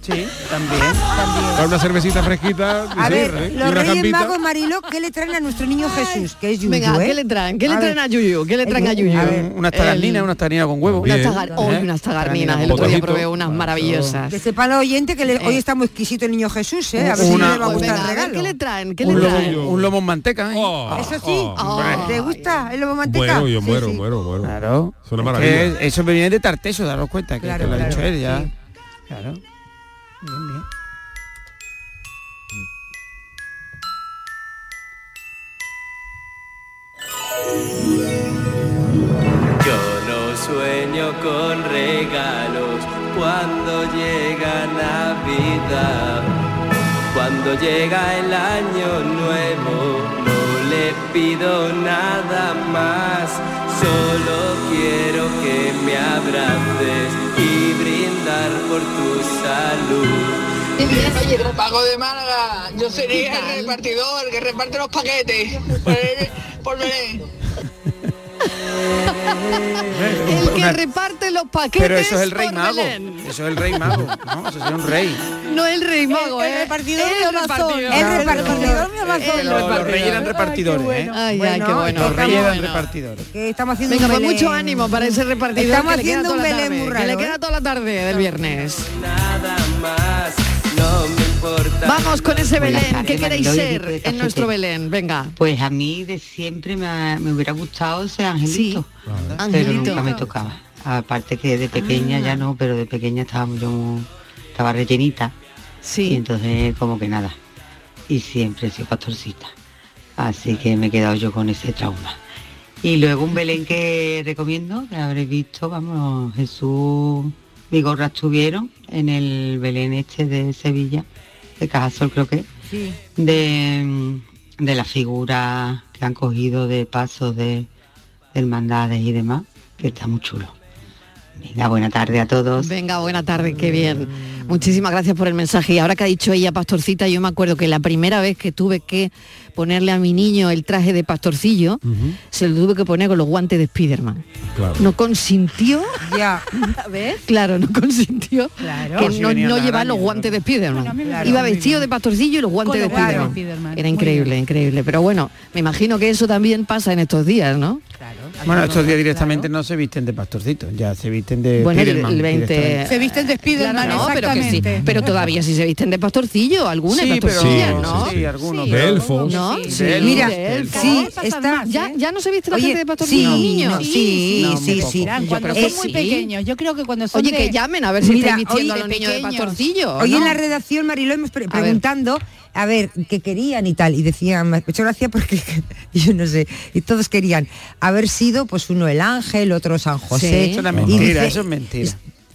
S6: Sí, también.
S5: Para una cervecita fresquita, dice,
S7: A ver,
S5: ¿eh? y
S7: los
S5: una
S7: Reyes
S5: gambita.
S7: Magos Mariló, ¿qué le traen a nuestro niño Jesús? Que es Yuyu,
S3: Venga,
S7: ¿eh?
S3: ¿qué le traen? ¿Qué le
S7: A
S3: traen
S7: ver.
S3: a Yuyu? ¿Qué le traen a Yuyu?
S6: A ver, Unas tagarninas, unas tagarninas con huevo.
S3: Unas tagar- hoy unas tagarninas, el otro día probé unas maravillosas.
S7: Que sepan los oyentes que le- hoy está muy exquisito el niño Jesús, ¿eh? A ver si
S6: Una-
S7: le va a gustar
S3: Eh. Pues Venga,
S7: el
S3: a ver,
S7: regalo.
S3: ¿qué le traen? ¿Qué
S6: Un
S3: le traen? Oh,
S6: lomo, un lomo en manteca. ¿eh?
S7: Oh. Eso sí. ¿Te gusta el lobo manteca?
S5: Oh. Muero, yo
S7: Sí,
S5: muero,
S7: sí.
S5: muero, muero.
S6: Claro.
S5: Es una
S6: Es
S5: maravilla.
S6: que eso viene de Tarteso, daros cuenta, que,
S7: Claro,
S6: que lo ha
S7: claro,
S6: dicho él ya.
S7: sí.
S6: Claro. Bien, bien.
S15: Yo no sueño con regalos cuando llega Navidad. Cuando llega el año nuevo no le pido nada más. Solo quiero que me abraces y brindar por tu salud.
S16: Oye, repago de Málaga, yo sería
S3: ¿eh?
S16: el repartidor que reparte los paquetes. Por Belén.
S3: El que reparte los paquetes.
S6: Pero eso es el rey
S3: por
S6: mago.
S3: Belén.
S6: Eso es el rey mago. No, eso es un rey.
S3: No el rey mago, ¿eh? el repartidor de Amazon. El repartidor de
S6: Los, los reyes eran repartidores. ¿eh?
S3: Ay, ay, qué bueno.
S6: Los reyes
S3: Estamos-
S6: eran repartidores.
S7: Que estamos haciendo
S3: Venga,
S7: un
S3: pues
S7: Belén.
S3: mucho ánimo para ese repartidor.
S7: Estamos
S3: que le queda
S7: haciendo un
S3: toda la
S7: Belén
S3: tarde,
S7: muy
S3: Que
S7: raro,
S3: le queda
S7: ¿eh?
S3: toda la tarde del viernes.
S15: Nada más, no me importa.
S3: Vamos con ese
S17: Buenas
S3: Belén.
S17: tardes,
S3: ¿Qué queréis
S17: Mariló y
S3: ser
S17: equipo de
S3: en nuestro
S17: Cafetería.
S3: Belén? Venga.
S17: Pues a mí de siempre me, ha- me hubiera gustado ser angelito, pero
S3: Angelito. Ah.
S17: nunca me tocaba. Aparte que de pequeña ya no, pero de pequeña estaba yo muy- estaba rellenita.
S3: Sí.
S17: Y entonces como que nada. Y siempre he sido pastorcita. Así que me he quedado yo con ese trauma. Y luego un Belén que recomiendo, que habréis visto, vamos, Jesús y Gorra estuvieron en el Belén este de Sevilla, de Cajasol creo que es
S18: Sí.
S17: de, mm, de las figuras que han cogido de pasos de hermandades y demás, que está muy chulo. Venga, buena tarde a todos.
S3: Venga, buena tarde, qué bien. Muchísimas gracias por el mensaje. Y ahora que ha dicho ella pastorcita, yo me acuerdo que la primera vez que tuve que ponerle a mi niño el traje de pastorcillo, se lo tuve que poner con los guantes de Spiderman.
S5: Claro.
S3: No consintió.
S7: Ya.
S3: ¿Ves? Claro, no consintió que
S7: Por si
S3: no,
S7: venía
S3: no
S7: la
S3: llevaba
S7: araña,
S3: los guantes de Spiderman.
S7: me parece
S3: Iba
S7: muy
S3: vestido de pastorcillo y los guantes
S7: Con
S3: de
S7: los guantes de
S3: Spiderman.
S7: Spiderman,
S3: Era
S7: muy
S3: increíble, increíble. Pero bueno, me imagino que eso también pasa en estos días, ¿no?
S6: Bueno, estos días directamente no se visten de pastorcito, ya se visten de
S3: Bueno, el,
S6: Spiderman
S3: el 20...
S6: directamente.
S3: visten de
S7: Spiderman,
S3: no, pero, que sí.
S7: exactamente.
S3: pero todavía sí se visten de pastorcillo, alguna
S6: Sí, pero-
S3: pastorcilla,
S6: Sí,
S3: ¿no?
S6: sí, sí, algunos.
S5: De elfos.
S3: ¿No?
S5: Sí,
S3: Sí,
S5: de elfos.
S3: mira,
S5: De elfos.
S3: sí, está, ya, ya no se viste la gente de pastorcillo,
S7: sí,
S3: niños.
S7: no, sí,
S3: No,
S7: sí,
S3: muy
S7: sí.
S3: poco. Yo
S7: Cuando
S3: creo que
S7: son muy
S3: sí.
S7: pequeños,
S9: yo creo que cuando
S3: Oye, que llamen a ver si están vistiendo a los niños de pastorcillo.
S7: Hoy
S3: ¿no?
S7: en la redacción, Mariló, hemos pre- preguntando a ver qué querían y tal. Y decían, me ha hecho gracia porque yo no sé. Y todos querían haber sido, pues uno el ángel, otro San José.
S6: Eso es una
S7: Y
S6: mentira,
S7: dice-
S6: eso es mentira.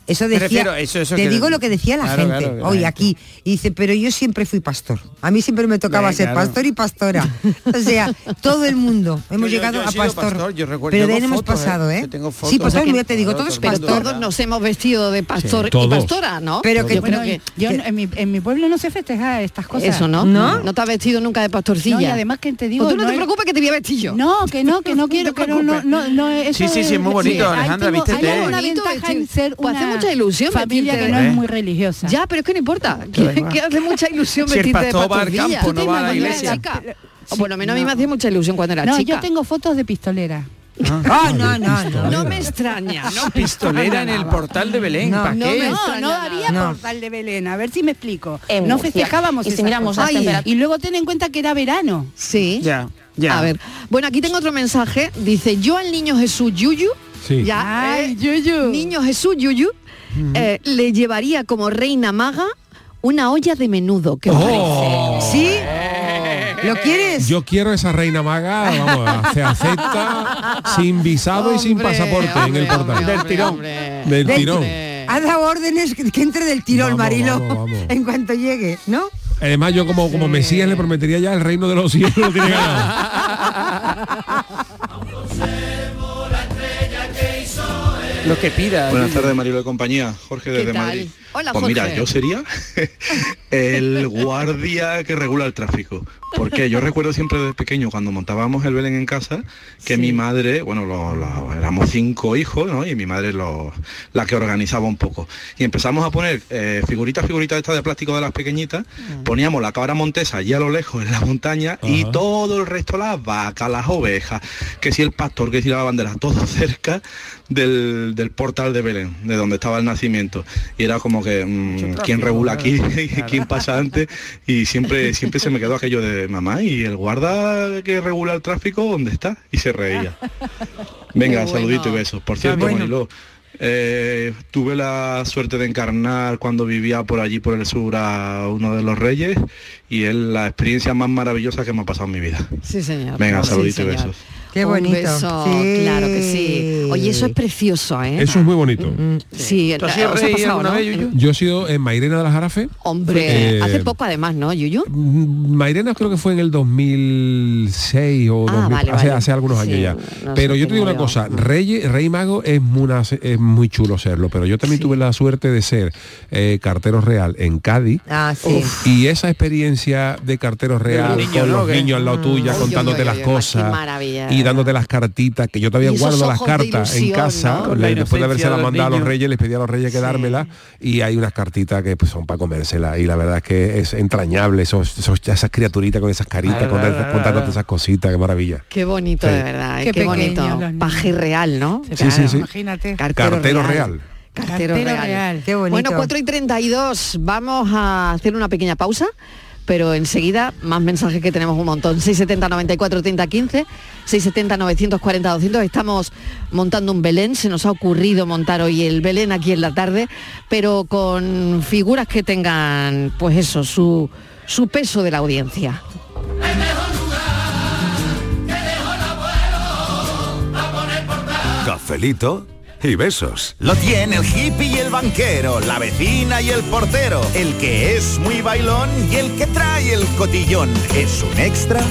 S7: Eso
S6: Me
S7: decía,
S6: refiero, eso- eso
S7: te
S6: que-
S7: digo lo que decía la
S6: Claro,
S7: gente
S6: claro,
S7: hoy
S6: la
S7: aquí. Y dice, pero yo siempre fui pastor. A mí siempre me tocaba
S6: Eh,
S7: ser
S6: claro.
S7: pastor y pastora. O sea, todo el mundo hemos
S6: Yo- yo-
S7: llegado
S6: yo he
S7: a
S6: sido
S7: pastor.
S6: pastor, yo recuerdo-
S7: pero
S6: yo
S7: de ahí
S6: tengo
S7: no hemos
S6: fotos, ¿eh?
S7: pasado, ¿eh?
S6: Yo tengo
S7: sí,
S6: fotos.
S7: pastor,
S6: Claro,
S7: ya te digo,
S6: todo
S7: todos
S6: el
S3: Pero
S7: pastor.
S3: todos nos hemos vestido de pastor
S7: Sí,
S3: y
S7: todos.
S3: pastora, ¿no?
S7: Pero que-
S3: yo
S7: Bueno,
S3: creo que
S9: Yo no- en, mi, en mi pueblo no se festeja estas cosas.
S3: eso, ¿no? ¿no? te has vestido nunca de pastorcilla.
S9: No, y además que te digo,
S3: O tú no,
S9: no
S3: te
S9: es-
S3: preocupes que te voy a vestir yo.
S9: No, que no, que no quiero, que no, no, no, no, eso
S6: Sí, sí, sí, es muy bonito,
S9: ahí
S6: Alejandra,
S9: tengo-
S6: vístete.
S9: Hay una
S3: Bonito
S9: ventaja en
S3: vestir.
S9: ser
S3: Pues
S9: una
S3: hace mucha ilusión
S9: familia
S3: vestirte
S9: que no
S3: de-
S9: es muy religiosa.
S3: Ya, pero es que no importa.
S9: da
S3: Que,
S9: igual.
S3: que hace mucha ilusión
S9: Si el
S3: vestirte de
S9: pastor va al
S3: pastorcilla.
S9: campo,
S3: ¿Tú te
S9: no va a la
S3: imaginas
S9: iglesia?
S3: chica? O por lo menos Ah, a mí me hacía mucha ilusión cuando era
S9: No,
S3: chica.
S9: yo tengo fotos de pistolera.
S7: Ah, no, no, no.
S3: No me extraña. No,
S6: Pistolera en el portal de Belén,
S9: No,
S6: ¿para
S9: no,
S6: qué?
S9: no, no había
S6: No.
S9: portal de Belén, a ver si me explico.
S6: En
S9: no
S6: Murcia.
S9: festejábamos
S3: Eh, Y si
S9: esas
S3: miramos las
S9: cosas. Ay,
S3: temperaturas-
S9: Y luego ten en cuenta que era verano.
S3: Sí.
S6: Ya, ya.
S3: A ver. Bueno, aquí tengo otro mensaje. Dice, yo al niño Jesús Yuyu,
S6: Sí. Mm.
S3: ya, eh, niño Jesús Yuyu, eh, le llevaría como reina maga una olla de menudo. ¿Qué os
S5: Oh.
S3: parece?
S7: ¿Sí? ¿Lo quieres?
S5: Yo quiero esa reina maga, vamos, se acepta sin visado y sin pasaporte en el portal. del tirón. Del
S7: Del-
S5: tirón.
S7: Ha dado órdenes que que entre del tirón, Marilo, en cuanto llegue, ¿no?
S5: Además, yo como, como Mesías le prometería ya el reino de los cielos. lo tiene ganado.
S6: Lo que pida.
S18: Buenas tardes, Marilo de compañía. Jorge desde
S3: tal?
S18: Madrid.
S3: Hola,
S18: pues mira,
S3: Jorge.
S18: yo sería el guardia que regula el tráfico. Porque yo recuerdo siempre desde pequeño, cuando montábamos el Belén en casa, que mi madre, bueno, lo- lo- éramos cinco hijos, ¿no? Y mi madre lo, la que organizaba un poco. Y empezamos a poner eh, figuritas, figuritas estas de plástico de las pequeñitas, poníamos la cabra montesa allí a lo lejos en la montaña y todo el resto las vacas, las ovejas, que si el pastor, que si la bandera, todo cerca del, del portal de Belén, de donde estaba el nacimiento. Y era como que mm, quién regula aquí, quién pasa antes, y siempre, siempre se me quedó aquello de mamá y el guarda que regula el tráfico, ¿dónde está? Y se reía.
S19: Qué
S18: Venga,
S19: bueno.
S18: saludito y besos. Por cierto,
S19: bueno.
S18: Mariló, eh, tuve la suerte de encarnar cuando vivía por allí, por el sur, a uno de los reyes y es la experiencia más maravillosa que me ha pasado en mi vida.
S3: Sí, señor.
S18: Venga,
S3: Sí,
S18: saludito y
S3: señor.
S18: besos.
S7: Qué
S3: Un
S7: bonito.
S3: beso,
S7: Sí.
S3: claro que sí. Oye, eso es precioso, ¿eh?
S5: Eso es muy bonito.
S3: Sí,
S5: ¿Tú has sido
S3: os ha
S5: rey
S3: pasado,
S5: alguna
S3: ¿no?
S5: vez, Yuyu? Yo he sido en Mairena de la Jarafe.
S3: Hombre,
S5: Eh,
S3: hace poco además, ¿no, Yuyu?
S5: Mm, Mairena creo que fue en el 2006 o
S3: Ah,
S5: 2000,
S3: vale,
S5: hace,
S3: vale.
S5: hace algunos años
S3: Sí,
S5: ya.
S3: no
S5: pero
S3: sé
S5: yo te digo
S3: cómo
S5: una
S3: yo.
S5: cosa, rey, rey mago es muy, una- es muy chulo serlo, pero yo también tuve la suerte de ser eh, cartero real en Cádiz.
S7: Ah, sí.
S5: Uf, Y esa experiencia de cartero real
S20: niño,
S5: con
S20: ¿no?
S5: los
S20: ¿Qué?
S5: niños al lado tuya,
S20: Uy, uy,
S5: contándote
S20: uy,
S5: las
S20: uy,
S5: cosas
S20: qué maravilla.
S5: y dándote las cartitas, que yo todavía
S20: Y esos
S5: guardo las
S20: ojos de
S5: cartas en
S20: ilusión,
S5: casa,
S20: ¿no? Con la
S5: le- después
S20: inocencia
S5: de haberse
S20: de
S5: las
S20: los
S5: mandado a los
S20: niños.
S5: reyes, les pedí a los reyes que
S20: Sí.
S5: dármelas y hay unas cartitas que pues, son para comérselas y la verdad es que es entrañable, esos, esos- esas criaturitas con esas caritas,
S20: Ah,
S5: con-
S20: ah, ah,
S5: contándote esas cositas, qué maravilla.
S3: Qué bonito,
S5: Sí.
S3: de verdad. ¿eh?
S7: Qué
S3: Qué,
S7: pequeños
S3: bonito.
S7: los niños.
S3: Paje real, ¿no?
S5: Sí, sí, sí.
S7: Imagínate.
S5: Cartero, real.
S7: Cartero
S3: Cartero, real.
S7: real, qué bonito.
S3: Bueno, 4 y 32, vamos a hacer una pequeña pausa, pero enseguida más mensajes que tenemos un montón. 670 94 30 15, 670 940 200. Estamos montando un Belén, se nos ha ocurrido montar hoy el Belén aquí en la tarde, pero con figuras que tengan, pues eso, su, su peso de la audiencia.
S20: Cafelito y besos.
S21: Lo tiene el hippie y el banquero, la vecina y el portero, el que es muy bailón y el que trae el cotillón. Es un extra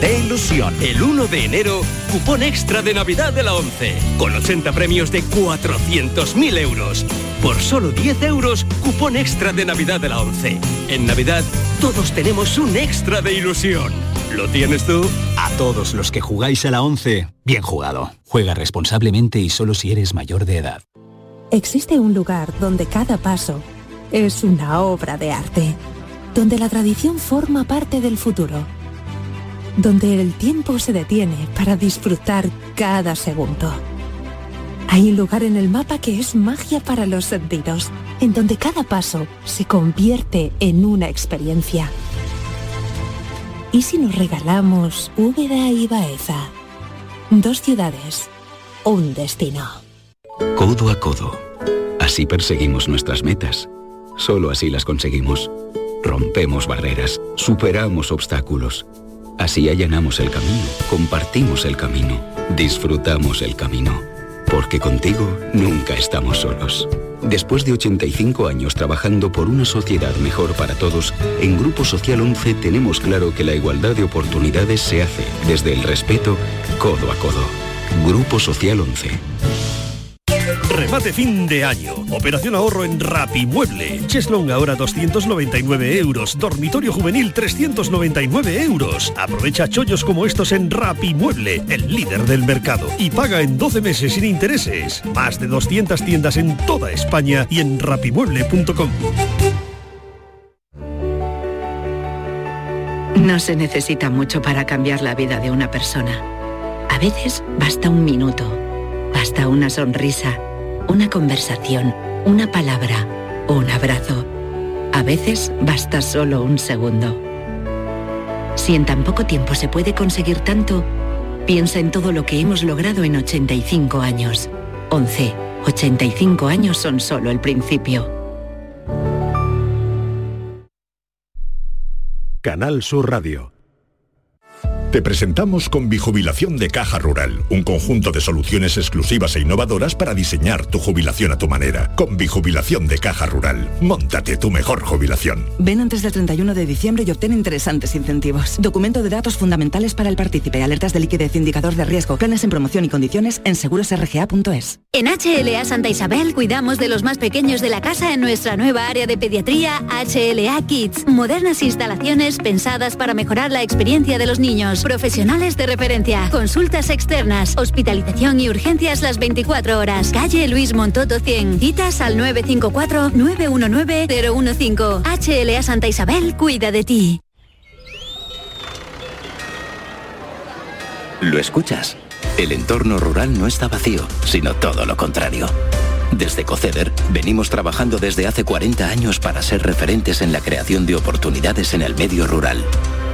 S21: de ilusión.
S22: El 1 de enero, cupón extra de Navidad de la 11, con 80 premios de 400.000 euros. Por solo 10 euros, cupón extra de Navidad de la 11. En Navidad, todos tenemos un extra de ilusión. ¿Lo tienes tú?
S23: A todos los que jugáis a la 11, bien jugado. Juega responsablemente y solo si eres mayor de edad.
S24: Existe un lugar donde cada paso es una obra de arte, donde la tradición forma parte del futuro, donde el tiempo se detiene para disfrutar cada segundo. Hay un lugar en el mapa que es magia para los sentidos, en donde cada paso se convierte en una experiencia. ¿Y si nos regalamos Úbeda y Baeza? Dos ciudades, un destino.
S25: Codo a codo. Así perseguimos nuestras metas. Solo así las conseguimos. Rompemos barreras, superamos obstáculos. Así allanamos el camino, compartimos el camino, disfrutamos el camino. Porque contigo nunca estamos solos. Después de 85 años trabajando por una sociedad mejor para todos, en Grupo Social 11 tenemos claro que la igualdad de oportunidades se hace desde el respeto, codo a codo. Grupo Social 11.
S19: Remate fin de año. Operación ahorro en Rapimueble. Cheslong ahora 299 euros. Dormitorio juvenil 399 euros. Aprovecha chollos como estos en Rapimueble, el líder del mercado. Y paga en 12 meses sin intereses. Más de 200 tiendas en toda España y en rapimueble.com.
S26: No se necesita mucho para cambiar la vida de una persona. A veces basta un minuto, basta una sonrisa, una conversación, una palabra, un abrazo. A veces basta solo un segundo. Si en tan poco tiempo se puede conseguir tanto, piensa en todo lo que hemos logrado en 85 años. 11. 85 años son solo el principio.
S27: Canal Sur Radio. Te presentamos con Bijubilación de Caja Rural, un conjunto de soluciones exclusivas e innovadoras para diseñar tu jubilación a tu manera. Con Bijubilación de Caja Rural, móntate tu mejor jubilación.
S28: Ven antes del 31 de diciembre y obtén interesantes incentivos. Documento de datos fundamentales para el partícipe, alertas de liquidez, indicador de riesgo, planes en promoción y condiciones en segurosrga.es.
S29: En HLA Santa Isabel cuidamos de los más pequeños de la casa en nuestra nueva área de pediatría HLA Kids. Modernas instalaciones pensadas para mejorar la experiencia de los niños. Profesionales de referencia, consultas externas, hospitalización y urgencias las 24 horas. Calle Luis Montoto 100. Citas al 954-919-015. HLA Santa Isabel cuida de ti. ¿Lo escuchas? El entorno rural no está vacío, sino todo lo contrario. Desde Coceder venimos trabajando desde hace 40 años para ser referentes en la creación de oportunidades en el medio rural.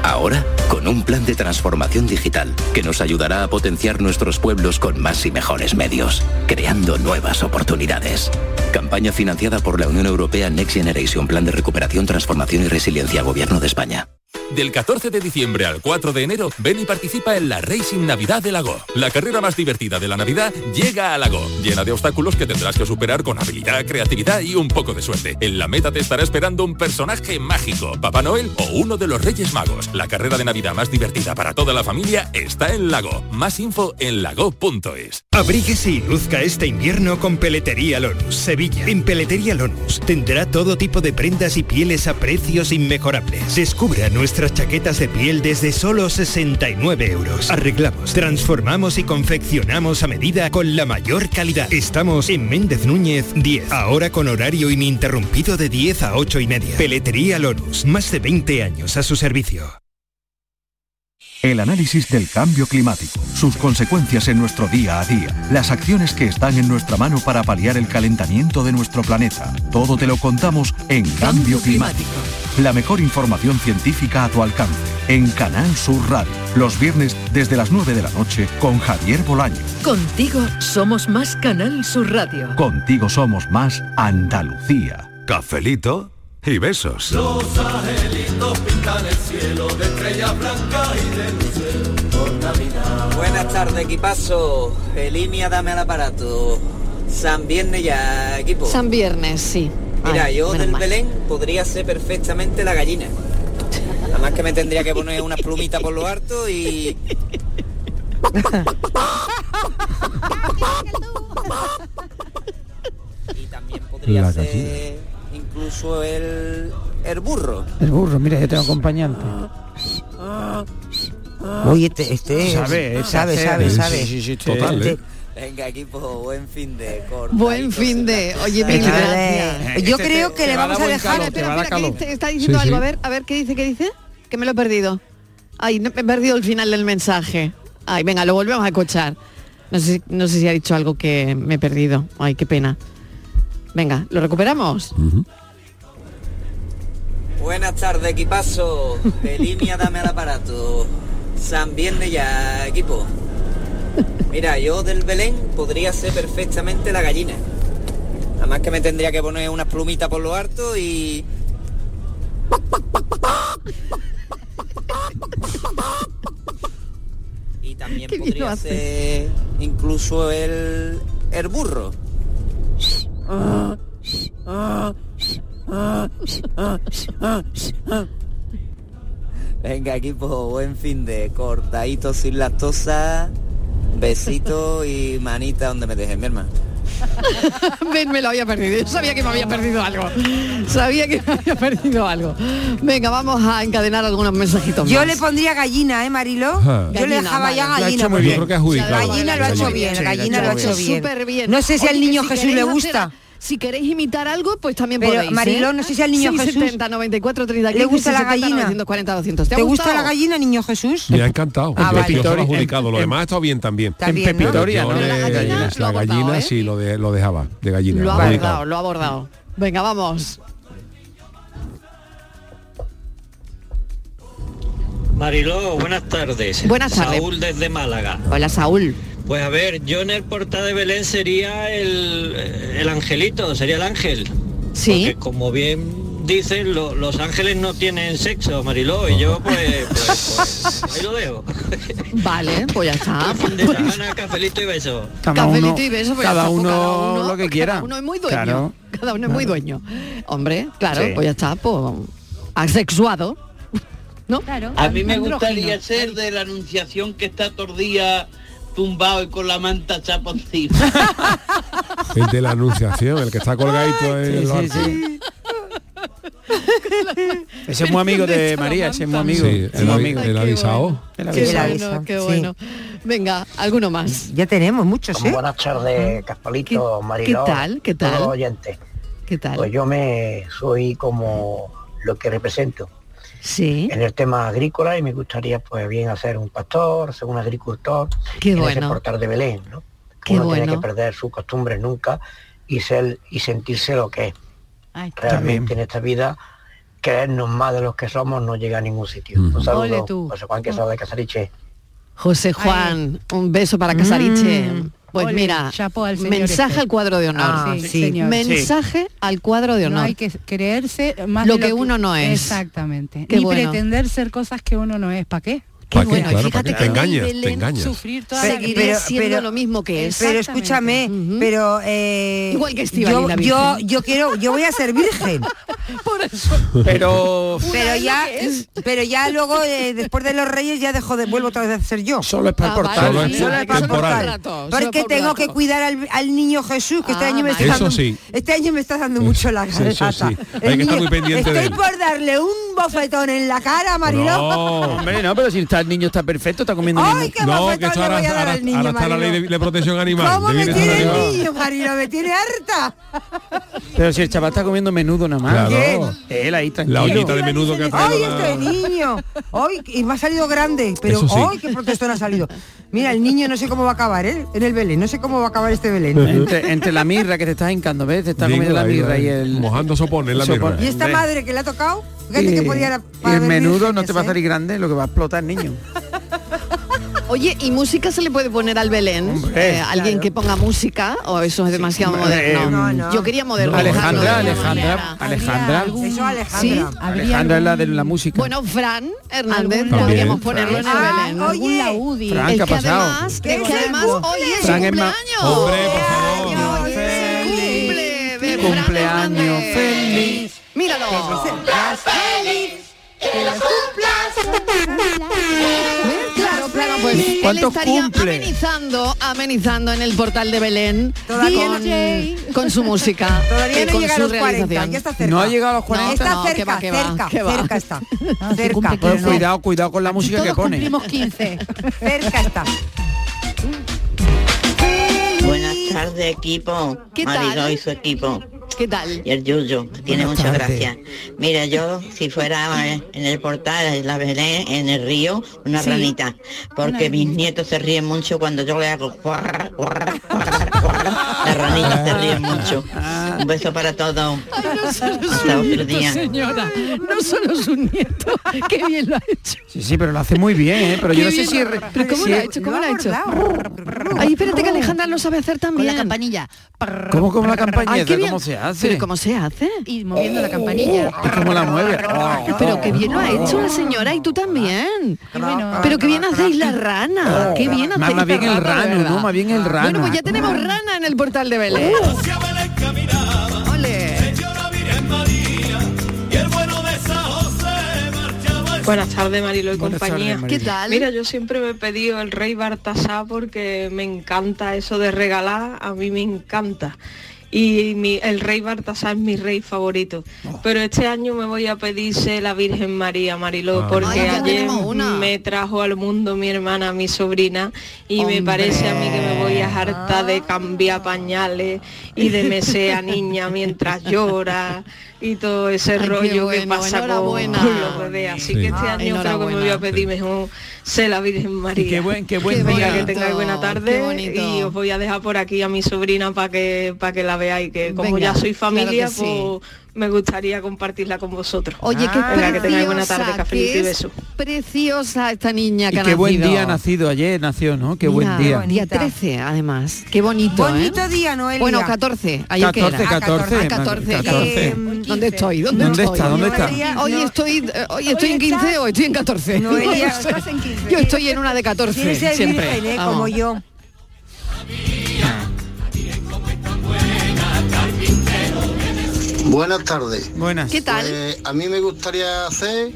S29: Ahora, con un plan de transformación digital que nos ayudará a potenciar nuestros pueblos con más y mejores medios, creando nuevas oportunidades. Campaña financiada por la Unión Europea Next Generation Plan de Recuperación, Transformación y Resiliencia Gobierno de España.
S30: Del 14 de diciembre al 4 de enero, ven y participa en la Racing Navidad de Lago. La carrera más divertida de la Navidad llega a Lago, llena de obstáculos que tendrás que superar con habilidad, creatividad y un poco de suerte. En la meta te estará esperando un personaje mágico, Papá Noel o uno de los Reyes Magos. La carrera de Navidad más divertida para toda la familia está en Lago. Más info en lago.es.
S31: Abríguese y luzca este invierno con Peletería Lonus, Sevilla. En Peletería Lonus tendrá todo tipo de prendas y pieles a precios inmejorables. Descubra nuestras chaquetas de piel desde solo 69 euros. Arreglamos, transformamos y confeccionamos a medida con la mayor calidad. Estamos en Méndez Núñez 10, ahora con horario ininterrumpido de 10 a 8 y media. Peletería Lonus, más de 20 años a su servicio.
S1: El análisis del cambio climático, sus consecuencias en nuestro día a día, las acciones que están en nuestra mano para paliar el calentamiento de nuestro planeta. Todo te lo contamos en Cambio Climático. La mejor información científica a tu alcance en Canal Sur Radio, los viernes desde las 9 de la noche con Javier Bolaño.
S32: Contigo somos más Canal Sur Radio.
S1: Contigo somos más Andalucía.
S20: Cafelito y besos.
S4: Los angelitos pintan el cielo de estrellas blancas y de luces por Navidad.
S33: Buenas tardes, equipazo. En línea, dame al aparato. San Viernes ya, equipo.
S3: San Viernes, sí.
S33: Mira,
S3: Ay,
S33: yo
S3: menos
S33: del
S3: mal.
S33: Belén podría ser perfectamente la gallina. Además que me tendría que poner una plumita por lo harto y... y también podría
S6: La
S33: ser incluso pues el, el burro.
S6: El burro, mira, yo tengo acompañante.
S7: Oye, este, este es-
S6: Sabe, es
S7: sabe,
S6: hacer.
S7: sabe,
S6: Sí,
S7: sabe.
S6: sí, sí, sí, total, ¿eh?
S33: Venga, equipo, buen fin de corta.
S3: Buen fin de... Oye, mil
S33: Este-
S3: gracias.
S33: Yo este creo te- que te le va a vamos dar a buen dejar-
S3: Espera,
S33: calor, te va a
S3: espera,
S33: dar
S3: que
S33: calor.
S3: dice- está diciendo
S33: Sí, sí.
S3: algo. A ver, a ver, ¿qué dice? ¿Qué dice? Que me lo he perdido. Ay, no, me he perdido el final del mensaje. Ay, venga, lo volvemos a escuchar. No sé, no sé si ha dicho algo que me he perdido. Ay, qué pena. Venga, ¿lo recuperamos?
S33: Buenas tardes, equipazo. De línea, dame al aparato. San Viernes ya, equipo. Mira, yo del Belén podría ser perfectamente la gallina. Nada más que me tendría que poner unas plumitas por lo harto y... Y también
S3: Qué bien lo
S33: podría
S3: hace.
S33: ser incluso el, el burro.
S3: Ah.
S33: Venga, equipo, buen fin de cortadito sin lactosa, besito y manita donde me dejen, mi hermano.
S3: Ven, me lo había perdido. Yo sabía que me había perdido algo. Sabía que me había perdido algo. Venga, vamos a encadenar algunos mensajitos
S7: Yo
S3: más.
S7: le pondría gallina, ¿eh, Marilo?
S3: Ajá.
S7: Yo le
S3: Gallina,
S7: dejaba
S3: vale.
S7: ya
S3: Lo ha
S7: gallina.
S3: hecho muy
S7: porque-
S3: bien. Yo creo que ha adjudicado.
S7: Gallina lo ha hecho bien, la gallina lo ha hecho bien.
S3: Superbién.
S7: No sé si
S3: Oye,
S7: al
S3: que
S7: niño Jesús le
S3: queréis
S7: gusta.
S3: hacer- si queréis imitar algo, pues también
S7: Pero,
S3: podéis.
S7: Mariló, no sé si al niño Jesús
S3: 70, 94, 30,
S7: le gusta la gallina.
S3: 940, 200. ¿Te, ha
S7: ¿Te gusta
S3: gustado?
S7: la gallina, niño Jesús?
S5: Me ha encantado.
S3: Ah,
S5: Yo-
S3: vale.
S5: yo solo
S3: En-
S5: adjudicado. Lo
S3: en-
S5: demás ha estado bien también.
S3: Está En bien, ¿no? Pepitoria,
S5: Yo
S3: ¿no?
S5: le-
S3: La gallina
S5: la
S3: lo ha
S5: gallina
S3: cortado, ¿eh?
S5: sí lo, de- lo dejaba, de gallina.
S3: Lo ha
S5: adjudicado.
S3: abordado, lo ha abordado. Venga, vamos.
S34: Mariló, buenas tardes.
S3: Buenas tardes.
S34: Saúl desde Málaga.
S3: Hola, Saúl.
S34: Pues a ver, yo en el portal de Belén sería el, eh, el angelito, sería el ángel.
S3: Sí.
S34: Porque como bien dicen, lo- los ángeles no tienen sexo, Mariló, y yo pues, pues, pues, ahí lo dejo.
S3: Vale, pues ya está.
S34: Fin de semana, cafelito y beso.
S6: Cada
S3: Cafelito
S6: uno-
S3: y beso, pues ya
S6: cada
S3: está, pues
S6: uno
S3: cada uno
S6: lo que quiera.
S3: Cada uno es muy dueño.
S6: Claro.
S3: Cada uno es muy dueño. Hombre, claro,
S6: Sí.
S3: pues ya está, pues asexuado. ¿No? Claro.
S8: A mí me gustaría ser de la anunciación que está tordía tumbado y con la manta chapa encima.
S5: El de la anunciación, el que está colgadito en el barco.
S6: Ese es muy amigo de María, ese es muy amigo.
S5: Sí,
S6: es
S5: el,
S6: muy
S5: avi-
S6: amigo.
S5: el avisado.
S3: Qué
S6: avisado.
S3: bueno, qué bueno. Venga, alguno más.
S7: Ya tenemos muchos, ¿eh?
S35: Pues Buenas tardes, Caspalito, Mariló.
S3: qué tal? ¿Qué tal?
S35: todos los oyentes.
S3: ¿Qué tal?
S35: Pues yo me soy como lo que represento.
S3: Sí.
S35: En el tema agrícola y me gustaría pues bien hacer un pastor, ser un agricultor,
S3: Qué
S35: en ese
S3: bueno.
S35: portal de Belén, ¿no?
S3: Qué
S35: Uno tiene
S3: bueno.
S35: que perder sus costumbres nunca y ser y sentirse lo que es. Realmente en esta vida creernos más de los que somos no llega a ningún sitio. Un
S3: Ole
S35: saludo,
S3: tú.
S35: José Juan Quesada de Casariche.
S3: José Juan, un beso para Casariche. Pues
S9: Mm. Ole,
S3: mira,
S9: chapó al señor
S3: mensaje
S9: este.
S3: al cuadro de honor.
S9: Ah, sí, señor.
S3: Mensaje al cuadro de honor.
S9: No hay que creerse más
S3: Lo
S9: de
S3: que uno no es.
S9: Exactamente.
S3: Qué
S9: Ni
S3: bueno.
S9: pretender ser cosas que uno no es. ¿Para qué?
S5: Qué ¿Pa' qué? bueno, y Claro, ¿pa' fíjate qué? que Te engañas, en te Belén engañas.
S9: Sufrir toda la
S3: Seguiré
S9: vida.
S3: siendo lo mismo que es.
S7: Pero escúchame, pero eh,
S3: Igual que Estíbaliz,
S7: yo,
S3: la
S7: yo,
S3: Virgen.
S7: yo quiero, yo voy a ser virgen.
S3: Por eso.
S6: Pero
S7: Pero ya, pero ya luego, eh, después de los reyes, ya dejo de, vuelvo otra vez a ser yo.
S6: Solo es para el Ah, portal. vale,
S5: Solo es
S6: solo es para el
S5: temporal.
S6: portal. Solo
S7: Porque
S6: por un
S7: tengo
S6: rato.
S7: que cuidar al, al niño Jesús,
S6: Ah,
S7: que este año me está
S5: Eso
S7: dando,
S5: sí.
S7: este año me está dando mucho la
S5: eso sí.
S7: garganta.
S5: Hay
S7: El
S5: que estar muy pendiente de
S7: Estoy
S5: él.
S7: por darle un bofetón en la cara, Mariló.
S6: hombre, no, pero si está, el niño está perfecto, está comiendo
S7: ¡Ay,
S6: bien.
S7: qué No, bofetón que esto le ahora- voy a dar ahora- al niño, ahora está la Marilo. ley de-
S5: protección animal.
S7: ¿Cómo me
S6: Divina
S7: tiene el
S6: animal.
S7: niño, Mariló? Me tiene harta.
S6: Pero si el chaval está comiendo menudo nada más.
S5: Claro.
S6: Eh, Él ahí tranquilo.
S5: La ollita de menudo que ha
S7: ¡Ay,
S5: traído la-
S7: este niño! ¡Ay, y me ha salido grande! Pero
S5: Eso sí.
S7: ¡ay, qué protestón ha salido! Mira, el niño no sé cómo va a acabar, ¿eh? En el Belén, no sé cómo va a acabar este Belén.
S6: Entre, entre la mirra que te estás hincando, ¿ves? Te está
S5: Digo,
S6: comiendo la
S5: ahí,
S6: mirra
S5: ahí,
S6: y el...
S5: Mojando sopone en la mirra.
S7: y esta
S6: Hombre.
S7: madre que le ha tocado, fíjate que
S6: Y-
S7: podía...
S6: y el menudo no te va a salir grande, lo que va a explotar, niño.
S3: Oye, ¿y música se le puede poner al Belén?
S6: Hombre.
S3: Eh, alguien que ponga música o eso es demasiado
S6: hombre,
S3: moderno.
S6: eh, No, no.
S3: Yo quería moderno.
S6: Alejandra,
S3: Alejandro.
S6: Alejandra, Alejandra.
S7: Eso
S3: Sí.
S7: Alejandra.
S6: Alejandra es la de la música.
S3: Bueno, Fran Hernández,
S6: También,
S3: podríamos
S6: Fran.
S3: ponerlo en el
S9: Ah,
S3: Belén.
S9: oye. Algún
S3: laúdi.
S6: Fran,
S3: el
S6: ¿qué ha
S3: que
S6: pasado?
S3: además,
S9: Qué
S3: el que además hoy es su
S6: Fran es más-
S3: cumpleaños.
S6: Hombre,
S3: Cumple de Fran
S6: Cumpleaños
S3: Hernández.
S6: feliz.
S3: Míralo. ¿Ves? Claro, claro, pues él
S6: ¿Cuántos
S3: estaría
S6: cumple?
S3: amenizando, amenizando en el portal de Belén
S7: Todavía no-
S3: con, con su música.
S7: Todavía
S3: y
S7: no
S3: con
S7: llega a
S3: su
S7: los 40,
S3: realización.
S7: ya está cerca.
S6: No ha llegado a los 40.
S7: Está
S3: no,
S7: cerca,
S3: que va, que va,
S7: cerca,
S3: que va.
S7: cerca está.
S6: Pues
S7: cerca.
S6: cuidado, cuidado con la música que pone.
S9: 15.
S7: cerca está.
S26: Buenas tardes, equipo. ¿Qué Mariló y su equipo.
S3: ¿Qué tal?
S26: Y el Yuyu, que tiene
S3: Buenas
S26: mucha
S3: tardes.
S26: gracia. Mira, yo si fuera eh, en el portal de la Belén, en el río, una
S36: Sí.
S26: ranita, porque
S36: Una-
S26: mis nietos se ríen mucho cuando yo le hago guarra, guarra, guarra, guarra. Las ranitas se
S3: Ah.
S26: ríen mucho. Un beso para todos.
S9: Ay, no solo es
S26: Hasta
S9: un
S26: otro
S9: nieto,
S26: día.
S9: señora. No solo es un nieto. Qué bien lo ha hecho.
S6: Sí, sí, pero lo hace muy bien, ¿eh? Pero yo
S9: Qué
S6: no sé
S9: bien
S6: si...
S9: lo-
S6: es re-
S9: pero ¿cómo
S6: si
S9: lo ha
S6: es-
S9: hecho? ¿Cómo lo ha hecho? Ay, espérate que Alejandra lo sabe hacer también. Con la campanilla.
S6: ¿Cómo, cómo la
S3: Ay,
S6: campañeta?
S3: qué bien.
S6: ¿Cómo se hace?
S3: Pero ¿cómo se hace?
S9: Y moviendo la campanilla.
S6: ¿Y ¿Cómo la mueve? Oh.
S3: Oh, Pero qué bien lo ha hecho la señora y tú también. Pero qué bien hacéis la rana. Qué bien
S6: Más,
S3: hacéis
S6: más bien
S3: la
S6: el
S3: rana, de
S6: rano, ¿no?
S3: verdad.
S6: Más bien el rano.
S3: Bueno, pues ya tenemos rana en el portal de Belén. Ole.
S4: Y el bueno de San José marchaba el-
S13: Buenas tardes, Marilo y
S4: Buenas
S13: compañía.
S4: tardes, Marilo. ¿Qué tal?
S13: Mira, yo siempre me he pedido el rey Bartasá porque me encanta eso de regalar, a mí me encanta. Y mi- el rey Bartasá es mi rey favorito.
S4: Oh.
S13: Pero este año me voy a pedirse la Virgen María, Mariló, Ah. porque Ay, ya ayer tenemos una. me trajo al mundo mi hermana, mi sobrina, y me parece a mí que me voy a hartar de cambiar pañales y de meser a niña mientras llora y todo ese
S3: qué
S13: rollo que
S3: bueno,
S13: pasa con,
S3: enhorabuena.
S13: con los bebés. Así que
S6: Ah,
S13: este
S3: Sí.
S13: año creo que me voy a pedir mejor ser la Virgen María.
S6: qué buen- qué buen
S13: Venga,
S6: día.
S13: que tengáis buena tarde y os voy a dejar por aquí a mi sobrina para que para que la veáis, que como
S3: Venga,
S13: ya soy familia,
S3: claro que sí.
S13: pues me gustaría compartirla con vosotros.
S3: Oye, qué
S13: Ah, Venga, que tengáis buena tarde,
S3: preciosa,
S13: cafelito y
S3: que
S13: besos.
S3: es preciosa esta niña que
S6: Y
S3: ha
S6: qué buen
S3: nacido.
S6: día ha nacido ayer, nació, ¿no? Qué buen
S3: Mira,
S6: día.
S3: Día 13, además. Qué bonito,
S7: Bonito
S3: ¿eh?
S7: día, Noelia.
S3: Bueno, 14. Ayer que
S6: 14,
S3: era.
S6: 14,
S3: Ah, 14.
S6: madre, 14.
S3: Eh, ¿Dónde estoy? ¿Dónde,
S6: ¿Dónde
S3: estoy?
S6: está? ¿Dónde está?
S7: Noelia,
S3: Hoy
S7: no.
S3: estoy, eh, hoy estoy en 15 o estoy en 14.
S7: Noelia,
S3: No sé.
S7: estás en 15.
S3: Yo estoy en una de 14
S7: Tiene que ser
S3: siempre.
S7: virgen, ¿eh?
S3: Vamos.
S7: como yo.
S14: Buenas tardes.
S6: Buenas.
S14: ¿Qué tal? a mí me gustaría hacer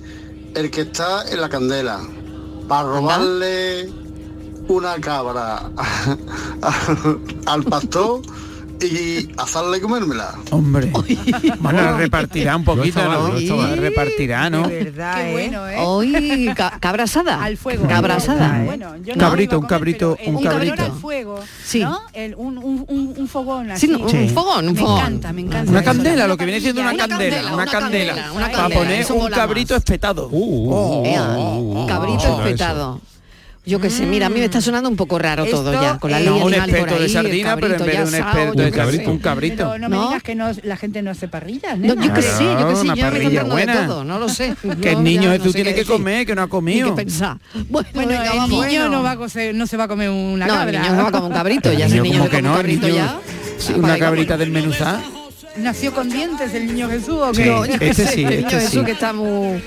S14: el que está en la candela para robarle una cabra al, al pastor y hacerle comérmela.
S6: Hombre. Bueno, repartirá un poquito,
S14: No está
S6: ¿no?
S14: mal, no está mal.
S6: Repartirá, ¿no?
S7: Qué
S9: bueno, ¿eh?
S3: Hoy ca- cabra asada. Al fuego. Cabra asada.
S9: Bueno, yo no
S6: Cabrito, un cabrito,
S9: el
S6: un
S9: calor al
S6: cabrito.
S9: fuego,
S3: Sí.
S9: ¿no? El- un, un- un- un fogón así.
S3: Sí, no, un Sí. fogón, un
S9: me
S3: fogón.
S9: encanta, me encanta.
S6: Una
S9: eso.
S6: candela, lo que viene siendo una
S9: Una
S6: candela,
S9: candela,
S6: una
S9: una
S6: candela.
S9: candela, una
S6: Para
S9: candela,
S6: poner
S9: eso
S6: un
S9: mola más.
S6: cabrito espetado.
S3: Ea, cabrito espetado. Yo qué sé, mira, a mí me está sonando un poco raro todo
S9: Esto
S3: ya, con la
S6: es-
S3: ley
S6: No, un
S3: animal por
S6: espeto de
S3: ahí, el
S6: sardina, pero en
S3: cabrito
S6: vez de
S3: ya
S6: un
S3: asado,
S6: espeto de
S3: yo qué
S6: sardina,
S3: sé.
S6: un cabrito.
S9: Pero no me
S3: ¿No?
S9: digas que no- la gente no hace parrillas,
S3: No,
S9: nena.
S3: yo qué sé, yo qué
S6: Claro,
S3: sé,
S6: una
S3: yo me
S6: parrilla
S3: contando
S6: buena.
S3: de todo, no lo sé.
S6: Que el
S3: No,
S6: niño
S3: ya
S6: Jesús
S3: no sé
S6: tiene
S3: qué
S6: que
S3: decir.
S6: comer, que no ha comido.
S3: Ni que pensar. Bueno,
S9: Bueno,
S3: venga,
S9: el
S3: vamos.
S9: niño no, va a coser- no se va a comer una
S3: No, el
S9: cabra.
S3: niño no va a comer un cabrito, ya
S6: El
S3: si el
S6: niño
S3: niño
S6: como
S3: se
S6: que
S3: come un
S6: no, el
S3: cabrito
S6: niño-
S3: ya.
S6: Sí, Una cabrita desmenuzada.
S9: Nació con dientes el niño Jesús. ¿o
S6: Sí,
S9: qué?
S6: este
S9: Yo qué sé,
S6: sí,
S9: el
S6: este
S9: niño Jesús
S6: sí.
S9: que está muy...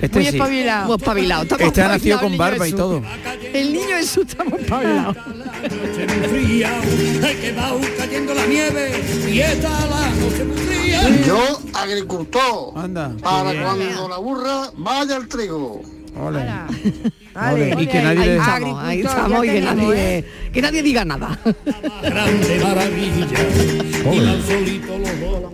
S6: Este
S9: muy
S6: sí.
S9: espabilado.
S3: Muy espabilado. está muy
S6: Este ha nacido
S3: espabilado
S6: con
S3: el niño
S6: barba y
S3: Jesús.
S6: todo.
S3: El niño Jesús está muy espabilado.
S4: eh, que va cayendo la nieve y esta la noche muy fría.
S14: Yo, agricultor, para
S4: qué bien.
S14: cuando la burra vaya al trigo.
S6: Ole, Y que
S3: Ahí-
S6: nadie
S3: ahí
S6: le-
S3: estamos, ahí estamos y que nadie, que nadie diga nada.
S4: Grande maravilla. Y van solitos los dos.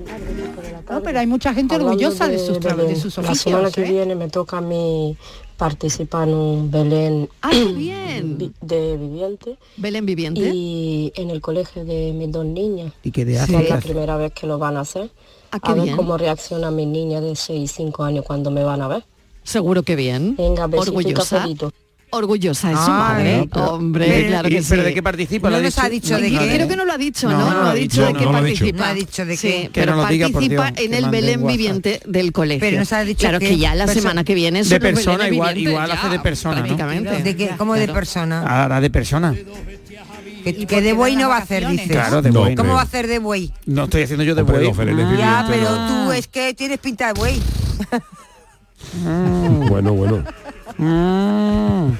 S9: No, pero hay mucha gente
S13: Hablando
S9: orgullosa de
S13: de
S9: sus, trabajos, de
S13: Belén.
S9: sus
S13: La
S9: oficios.
S13: semana que
S9: ¿eh?
S13: viene me toca a mí participar en un Belén
S7: Ah,
S13: vi- de viviente.
S3: Belén viviente.
S13: Y en el colegio de mis dos niñas.
S6: Y que de
S13: Es
S6: hace-
S13: la
S6: hace-
S13: primera vez que lo van a hacer.
S9: Ah,
S3: qué
S13: a ver
S3: bien.
S13: cómo reaccionan mis niñas de 6 y 5 años cuando me van a ver.
S3: Seguro que bien.
S13: Venga, besito y
S3: Orgullosa.
S13: cafelito.
S3: Orgullosa de su
S13: Ay,
S3: madre.
S13: pero-
S3: Hombre,
S6: Ah, Pero-
S3: claro
S6: ¿y-
S3: que sí.
S6: pero de qué participa? ¿Lo ha No nos dicho? ha dicho de
S3: Y
S6: qué.
S3: Creo que no lo ha dicho, ¿no?
S6: No, no
S3: No,
S6: lo
S3: ha
S6: ha
S3: dicho de
S6: dicho.
S3: qué
S6: No lo ha dicho.
S3: participa.
S6: No ha
S7: dicho de
S3: Sí,
S7: qué. Que
S3: pero
S6: no lo diga, por
S3: participa
S6: Dios,
S3: en
S6: que
S3: el
S6: mande
S3: Belén
S6: WhatsApp.
S3: viviente del colegio.
S7: Pero nos ha dicho
S3: Claro
S7: que- pues
S3: que ya la
S7: perso-
S3: semana que viene son
S6: De
S3: los Belenes
S6: persona, igual,
S3: vivientes,
S6: igual
S3: ya,
S6: hace de persona, ¿no?
S7: ¿De qué? ¿Cómo de persona?
S6: Ahora de persona.
S7: Que, que de buey no va a hacer, dices.
S6: Claro, de buey no.
S7: ¿Cómo va a hacer de buey?
S6: No estoy haciendo yo de
S37: Hombre,
S6: buey.
S37: los belenes Ah.
S7: Ya, pero tú es que tienes pinta de buey.
S37: Mm, Bueno, bueno.
S9: Mm.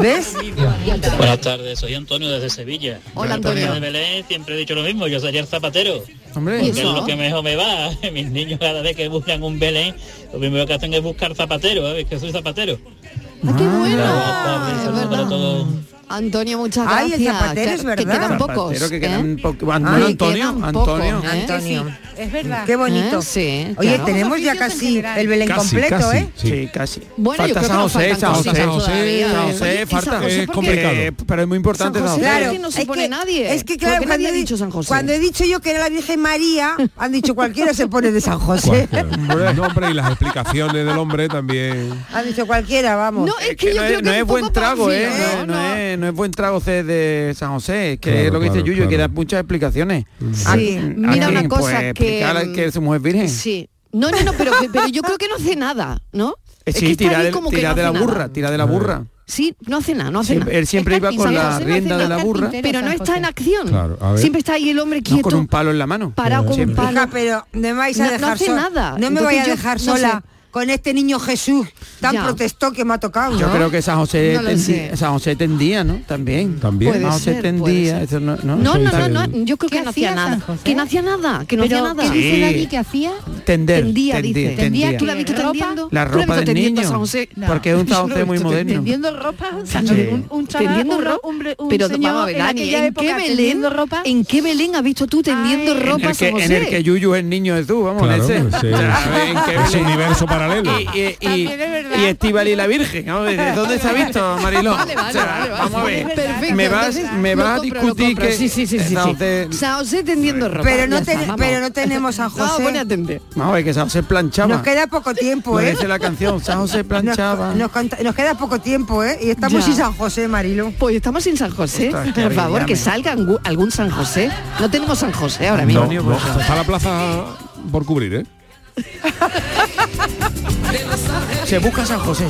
S7: ¿Ves?
S8: Buenas tardes, soy Antonio desde Sevilla.
S3: Hola, Antonio.
S8: Yo De Belén siempre he dicho lo mismo, yo soy el zapatero.
S6: Hombre.
S8: porque
S6: ¿Y
S8: es
S6: eso?
S8: lo que mejor me va. Mis niños cada vez que buscan un Belén, lo primero que hacen es buscar zapatero, ¿eh? que soy zapatero.
S3: Ah, qué bueno.
S8: Buenas tardes, saludos para todos.
S3: Antonio, muchas
S7: Ay, el
S3: gracias.
S7: zapatero
S3: Que-
S7: es verdad.
S3: Que quedan
S7: Zapatero,
S3: pocos.
S6: Pero que
S3: ¿eh?
S6: quedan poco- Bueno,
S3: Ay,
S6: Antonio,
S3: quedan
S6: Antonio.
S3: pocos, ¿eh?
S7: Antonio. Mm,
S9: Es verdad.
S7: Qué bonito.
S3: ¿Eh? Sí,
S7: Oye,
S3: claro.
S7: tenemos ya casi el Belén
S6: Casi,
S7: completo,
S6: casi,
S7: ¿eh?
S6: Sí, casi.
S7: Bueno, yo
S6: falta
S7: creo
S6: San
S7: que nos
S6: José,
S7: faltan
S6: San José,
S7: cositas
S6: San José,
S7: todavía,
S6: San
S7: ¿eh?
S6: José,
S7: ¿Y San
S6: falta.
S7: José
S6: Eh,
S7: por qué?
S6: eh, pero es muy importante San José.
S7: Claro,
S3: no se
S7: es
S3: pone
S7: que-
S3: nadie.
S7: Es que
S3: ¿Por
S7: claro,
S3: qué nadie
S7: cuando,
S3: ha
S7: he
S3: dicho San José?
S7: cuando he dicho yo que era la Virgen María, han dicho cualquiera se pone de San José.
S5: Hombre, el nombre y las explicaciones del hombre también.
S7: han dicho cualquiera, vamos.
S3: No,
S6: Es que no es, no es buen trago, ¿eh? No, no es, no es buen trago C de San José, que es lo que dice Yuyo, que da muchas explicaciones. ¿A-
S3: Sí,
S6: a
S3: mira una
S6: quién?
S3: cosa
S6: Pues
S3: que,
S6: explicar que su mujer es virgen.
S3: Sí. No, no, no, pero, pero yo creo que no hace nada, ¿no?
S6: Eh,
S3: Es
S6: sí,
S3: que está
S6: tira,
S3: ahí
S6: del-
S3: como que
S6: tira
S3: no
S6: de la
S3: hace nada.
S6: burra, tira de la burra.
S3: Sí, no hace nada, no hace
S6: Siempre-
S3: nada.
S6: él siempre iba con la
S3: San José no
S6: rienda
S3: hace
S6: de la
S3: nada.
S6: burra.
S3: Pero no está en acción.
S6: Claro, a ver.
S3: siempre está ahí el hombre
S6: No,
S3: quieto.
S6: con un palo en la mano.
S3: Parado con un
S6: Siempre.
S3: palo.
S7: Hija, pero no me vais a
S3: No- no
S7: dejar
S3: hace
S7: sola.
S3: nada.
S7: No me
S3: Entonces
S7: vais a
S3: yo
S7: dejar
S3: no
S7: sola con este niño Jesús tan
S3: Ya.
S7: protestó que me ha tocado.
S6: Yo
S7: ¿no?
S6: creo que San José,
S7: No lo
S6: tendía, San José tendía, ¿no? También. También.
S3: Puede
S6: San José
S3: ser,
S6: tendía. Eso no, no,
S3: No,
S6: eso
S3: no, no,
S6: dice-
S3: no, yo creo que no hacía
S38: hacía San
S3: nada. Que no hacía nada, que no hacía
S38: Pero,
S3: nada.
S38: ¿qué dice
S6: Sí.
S38: Dani que hacía?
S6: Tender.
S3: Tendía,
S6: tendía,
S3: dice.
S6: tendía.
S3: ¿Tú la has visto tendiendo?
S6: La
S3: ¿Tú has
S6: ropa
S3: visto
S6: del
S3: tendiendo a San
S6: niño.
S3: José?
S6: Porque es un San José muy moderno.
S9: Tendiendo ropa, un,
S6: Sí.
S9: un, un chaval,
S3: Tendiendo
S9: un, ro-
S3: ropa.
S9: un, un
S3: Pero
S9: señor
S3: vamos a ver,
S9: en
S3: Dani,
S9: aquella
S3: ¿en
S9: época
S3: qué Belén,
S9: tendiendo ropa.
S3: ¿en qué Belén has visto tú tendiendo
S6: En
S3: ropa
S6: el, que,
S3: San José?
S6: en el que Yuyu es el niño de tú, vamos,
S5: Claro,
S6: en ese.
S5: sí.
S6: O sea, en qué
S5: Es un
S6: Belén.
S5: universo paralelo.
S6: Y, y, y, y Estíbaliz la Virgen, vamos, ¿de dónde se ha visto, Mariló?
S3: Vale, vale,
S6: O sea,
S3: vale, vale.
S6: vamos a ver.
S3: Perfecto,
S6: me vas,
S3: entonces,
S6: me
S3: lo
S6: vas
S3: compro,
S6: a
S3: lo
S6: discutir
S3: compro.
S6: que
S3: Sí, sí, sí, sí, sí.
S6: Entonces,
S3: San José tendiendo ropa.
S7: Pero no,
S3: ya está,
S7: ten-
S3: vamos.
S7: pero no tenemos a San
S3: No,
S7: José.
S3: pone a tender.
S6: vamos a ver que San José planchaba.
S7: Nos queda poco tiempo,
S6: Lo
S7: ¿eh?
S6: dice la canción, San José
S7: Nos,
S6: planchaba.
S7: nos canta- nos queda poco tiempo, ¿eh? Y estamos
S3: Ya.
S7: sin San José, Marilo.
S3: Pues estamos sin San José.
S6: Ostras, qué
S3: Por favor,
S6: abrillame.
S3: que salga angu- algún San José. No tenemos San José ahora mismo.
S5: No, no,
S9: pues,
S5: está la plaza por cubrir, ¿eh?
S6: Se busca San José.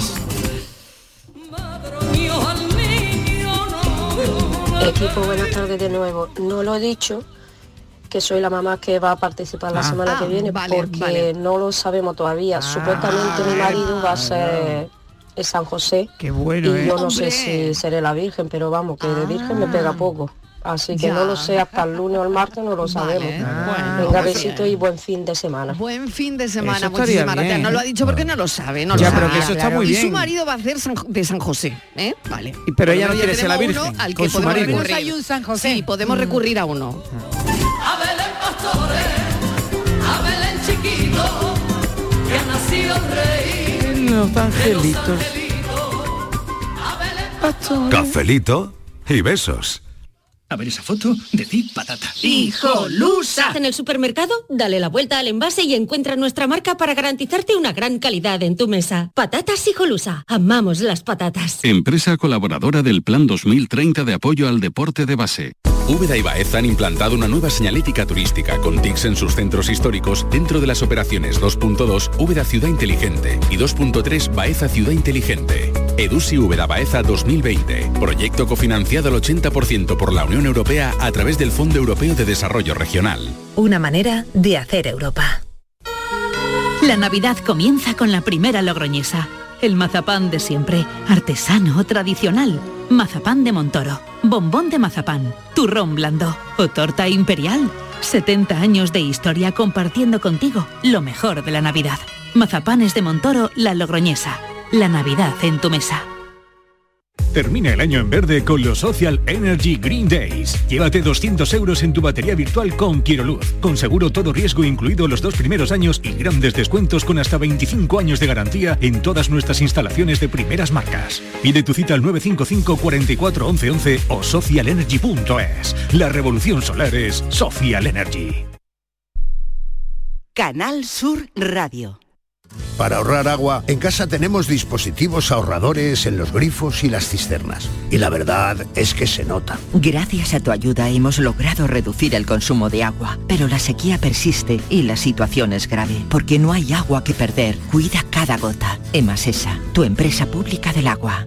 S16: Equipo, buenas tardes de nuevo. No lo he dicho que soy la mamá que va a participar la
S4: Ah.
S16: semana
S4: Ah,
S16: que viene
S4: vale,
S16: porque
S4: vale.
S16: no lo sabemos todavía.
S6: Ah,
S16: Supuestamente mi marido va a ser el San José.
S6: Qué bueno,
S16: y
S6: ¿eh?
S16: yo no
S6: Hombre.
S16: sé si seré la Virgen, pero vamos, que de Virgen me pega poco. Así que
S3: Ah. Ya.
S16: no lo sé, hasta el lunes o el martes no lo sabemos.
S6: Ah.
S16: Venga, besito y buen fin de semana.
S3: pues, Buen fin de semana,
S16: Eso
S6: estaría
S3: muchísimas gracias.
S6: bien.
S3: No lo ha dicho porque no lo sabe, no lo
S6: Ya,
S3: sabe.
S6: pero que eso está muy
S3: Y su
S6: bien.
S3: marido va a hacer San- de San José, ¿eh? Vale.
S6: Y- pero ella
S3: Por lo menos
S6: no quiere
S3: ya
S6: ser la
S3: tenemos
S6: Virgen,
S3: uno al
S6: con
S3: que
S6: su
S3: podemos
S6: marido.
S3: recurrir.
S6: Hay
S3: un San José. Sí,
S26: Mm.
S3: podemos recurrir a uno.
S4: A Belén Pastores, a Belén Chiquito, que ha nacido el rey.
S6: Los angelitos.
S39: Cafelito y besos.
S40: A ver esa foto, decir patata.
S26: ¡Hijolusa! En el supermercado, dale la vuelta al envase y encuentra nuestra marca para garantizarte una gran calidad en tu mesa. Patatas Hijolusa. Amamos las patatas.
S41: Empresa colaboradora del Plan 2030 de apoyo al deporte de base.
S22: Úbeda y Baeza han implantado una nueva señalética turística con TICs en sus centros históricos dentro de las operaciones 2.2 Úbeda Ciudad Inteligente y 2.3 Baeza Ciudad Inteligente. EDUSI Úbeda Baeza 2020, proyecto cofinanciado al 80% por la Unión Europea a través del Fondo Europeo de Desarrollo Regional.
S26: Una manera de hacer Europa. La Navidad comienza con la primera logroñesa. El mazapán de siempre, artesano, tradicional. Mazapán de Montoro, bombón de mazapán, turrón blando o torta imperial. 70 años de historia compartiendo contigo lo mejor de la Navidad. Mazapanes de Montoro, la logroñesa. La Navidad en tu mesa.
S23: Termina el año en verde con los Social Energy Green Days. Llévate 200 euros en tu batería virtual con Quiroluz. Con seguro todo riesgo incluido los dos primeros años y grandes descuentos con hasta 25 años de garantía en todas nuestras instalaciones de primeras marcas. Pide tu cita al 955 44 11 11 o socialenergy.es. La revolución solar es Social Energy.
S42: Canal Sur Radio.
S1: Para ahorrar agua, en casa tenemos dispositivos ahorradores en los grifos y las cisternas. Y la verdad es que se nota.
S43: Gracias a tu ayuda hemos logrado reducir el consumo de agua, pero la sequía persiste y la situación es grave, porque no hay agua que perder. Cuida cada gota. Emasesa, tu empresa pública del agua.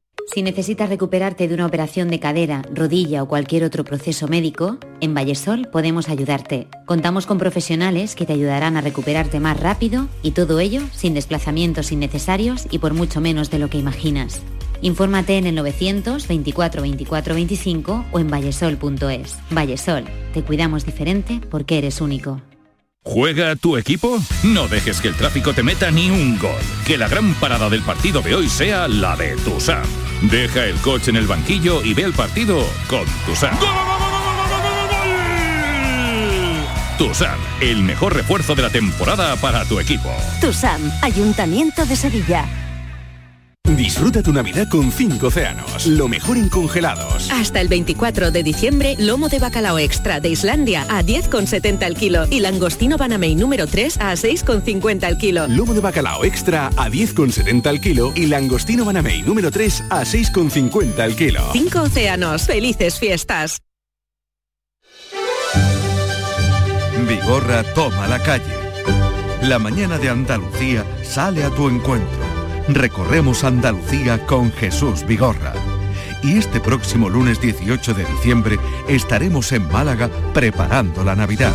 S44: Si necesitas recuperarte de una operación de cadera, rodilla o cualquier otro proceso médico, en Vallesol podemos ayudarte. Contamos con profesionales que te ayudarán a recuperarte más rápido y todo ello sin desplazamientos innecesarios y por mucho menos de lo que imaginas. Infórmate en el 900 24 24 25 o en vallesol.es. Vallesol, te cuidamos diferente porque eres único.
S30: ¿Juega tu equipo? No dejes que el tráfico te meta ni un gol. Que la gran parada del partido de hoy sea la de Tusam. Deja el coche en el banquillo y ve el partido con Tusam. Tusam, el mejor refuerzo de la temporada para tu equipo.
S28: TUSAM, Ayuntamiento de Sevilla.
S22: Disfruta tu Navidad con 5 océanos, lo mejor en congelados.
S45: Hasta el 24 de diciembre, lomo de bacalao extra de Islandia a 10,70 el kilo y langostino banamey número 3 a 6,50 el kilo.
S22: Lomo de bacalao extra a 10,70 al kilo y langostino banamey número 3 a 6,50 al kilo.
S45: 5 océanos, felices fiestas.
S1: Vigorra toma la calle. La mañana de Andalucía sale a tu encuentro. Recorremos Andalucía con Jesús Vigorra. Y este próximo lunes 18 de diciembre estaremos en Málaga preparando la Navidad.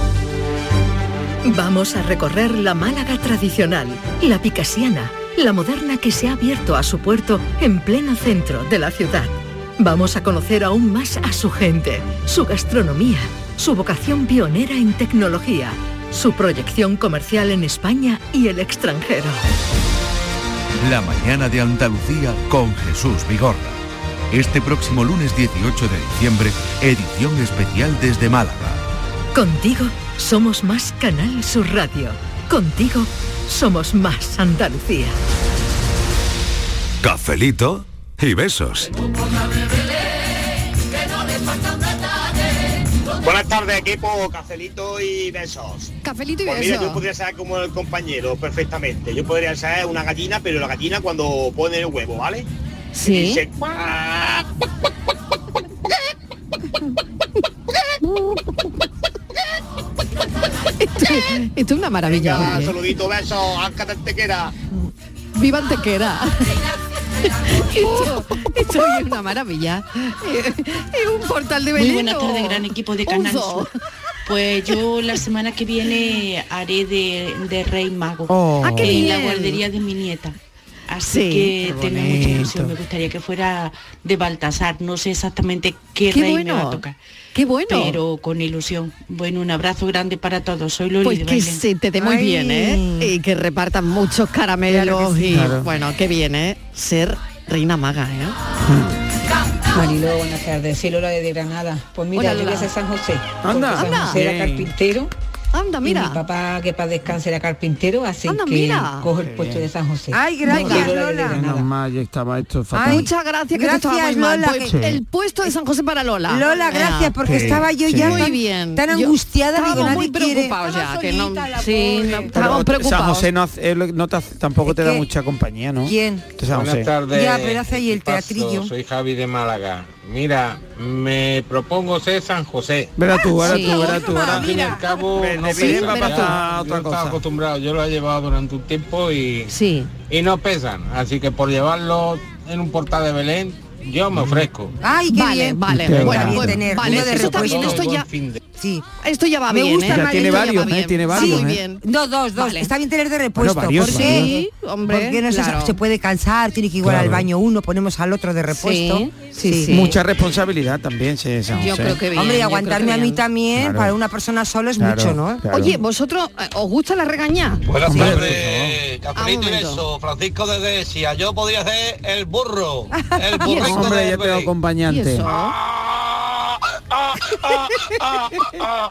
S26: Vamos a recorrer la Málaga tradicional, la picasiana, la moderna que se ha abierto a su puerto en pleno centro de la ciudad. Vamos a conocer aún más a su gente, su gastronomía, su vocación pionera en tecnología, su proyección comercial en España y el extranjero.
S1: La mañana de Andalucía con Jesús Vigorra. Este próximo lunes 18 de diciembre, edición especial desde Málaga.
S26: Contigo somos más Canal Sur Radio. Contigo somos más Andalucía.
S46: Cafelito y besos.
S31: Buenas tardes equipo, cafelito y besos.
S3: Cafelito y
S31: Pues mira, yo
S3: besos.
S31: podría ser como el compañero perfectamente. Yo podría ser una gallina, pero la gallina cuando pone el huevo, ¿vale?
S3: Sí.
S31: Y dice, "Cuac".
S3: esto, esto es una maravilla.
S31: Venga,
S3: ¿eh?
S31: saludito, besos, Alcatá Tequera.
S3: ¡Viva Antequera! esto, esto es una maravilla. Eh, Es un portal de
S9: Muy
S3: veneno.
S9: buenas tardes, gran equipo de
S3: Un
S9: Canal
S3: zoo.
S9: Sur. Pues yo la semana que viene haré de, de Rey Mago
S3: Oh. Ah, qué
S9: en la
S3: bien.
S9: guardería de mi nieta. Así
S3: Sí.
S9: que
S3: Qué
S9: tengo mucha ilusión.
S3: bonito.
S9: Me gustaría que fuera de Baltasar. No sé exactamente qué,
S3: Qué
S9: rey me va
S3: bueno.
S9: a tocar.
S3: Qué bueno.
S9: Pero con ilusión. Bueno, un abrazo grande para todos. Soy Loli
S3: Pues
S9: de
S3: que
S9: Bailén.
S3: se te dé muy bien, ¿eh? Y que repartan muchos caramelos
S9: Claro que sí.
S3: y
S9: Claro.
S3: bueno, qué bien, ¿eh? Ser reina maga, ¿eh?
S4: Mariló, buenas tardes. Soy Lola de Granada. Pues mira,
S3: Hola,
S4: yo voy
S3: Lola.
S4: a ser San José.
S3: Anda.
S4: porque San
S3: Anda.
S4: José era
S3: Bien.
S4: carpintero.
S3: Anda,
S4: mira. mi papá, que para descanse, era carpintero, así
S3: Anda,
S4: que
S3: mira.
S4: cojo el
S3: Qué
S4: puesto
S3: bien.
S4: de San José.
S3: Ay, gracias,
S4: Soy Lola de
S3: Lola.
S4: Granada.
S6: Menos mal, ya estaba esto fatal.
S3: Muchas gracias, que esto estaba
S7: gracias,
S3: muy mal.
S7: Lola,
S3: Pues
S7: que-
S3: El puesto de San José para Lola.
S7: Lola,
S3: Ah,
S7: gracias, porque
S3: sí,
S7: estaba yo
S3: sí.
S7: ya
S3: muy
S7: tan-
S3: bien.
S7: tan
S3: Yo
S7: angustiada, digo,
S3: estábamos muy
S7: nadie quiere-
S3: preocupados ya, que no, sí, no,
S6: Pero
S3: estábamos preocupados.
S6: San José no, hace- él no te hace- tampoco te da mucha compañía, ¿no? Este
S7: ¿Quién?
S6: San José.
S9: Buenas tardes.
S7: Ya, pero hace ahí el
S9: ¿Qué pasó?
S7: teatrillo.
S9: Soy Javi de Málaga. Mira, me propongo ser San José.
S6: Verá tú, verá tú, verá tú, verá
S7: Ah,
S9: Al fin y al cabo,
S6: Vete,
S9: no
S6: vete,
S9: pesa, ya,
S6: verá
S9: yo
S6: tú. Otra
S9: estaba
S6: cosa.
S9: acostumbrado, yo lo he llevado durante un tiempo y, y no pesan. Así que por llevarlo en un portal de Belén, yo me ofrezco.
S7: Ay, qué
S9: Vale,
S7: bien.
S9: vale,
S7: Está
S9: bueno,
S7: bien
S9: pues,
S7: tener
S9: vale,
S7: uno de
S9: eso está
S7: repuesto.
S9: bien, esto ya-
S7: Sí.
S3: Esto ya va
S7: Me
S3: bien,
S7: gusta
S3: ¿eh? Ya
S7: más,
S3: tiene
S7: esto
S3: varios,
S7: va
S3: ¿eh?
S7: bien.
S3: Tiene
S7: Sí,
S3: varios,
S7: muy
S3: ¿eh?
S7: bien. No, dos, dos. Está bien tener de repuesto.
S6: varios,
S7: porque,
S6: varios.
S3: Sí, hombre,
S7: porque no se-
S3: claro.
S7: se puede cansar, tiene que igual
S6: Claro.
S7: al baño uno, ponemos al otro de repuesto.
S6: Mucha responsabilidad también, sí, San José.
S7: Hombre, y aguantarme a mí también,
S6: ¿eh? Claro.
S7: para una persona solo es
S6: Claro,
S7: mucho, ¿no?
S6: claro.
S3: Oye, ¿vosotros eh, os gusta la regañá?
S9: Buenas
S3: Hombre,
S9: tardes,
S3: Ah, un
S9: Cafelito y
S3: momento.
S9: Beso, Francisco de Desia. Yo podría ser el burro, el
S6: ¿Y eso?
S9: burrito
S6: Hombre,
S9: de
S6: ya tengo acompañante. ¿Y eso?
S7: Tá
S4: Tá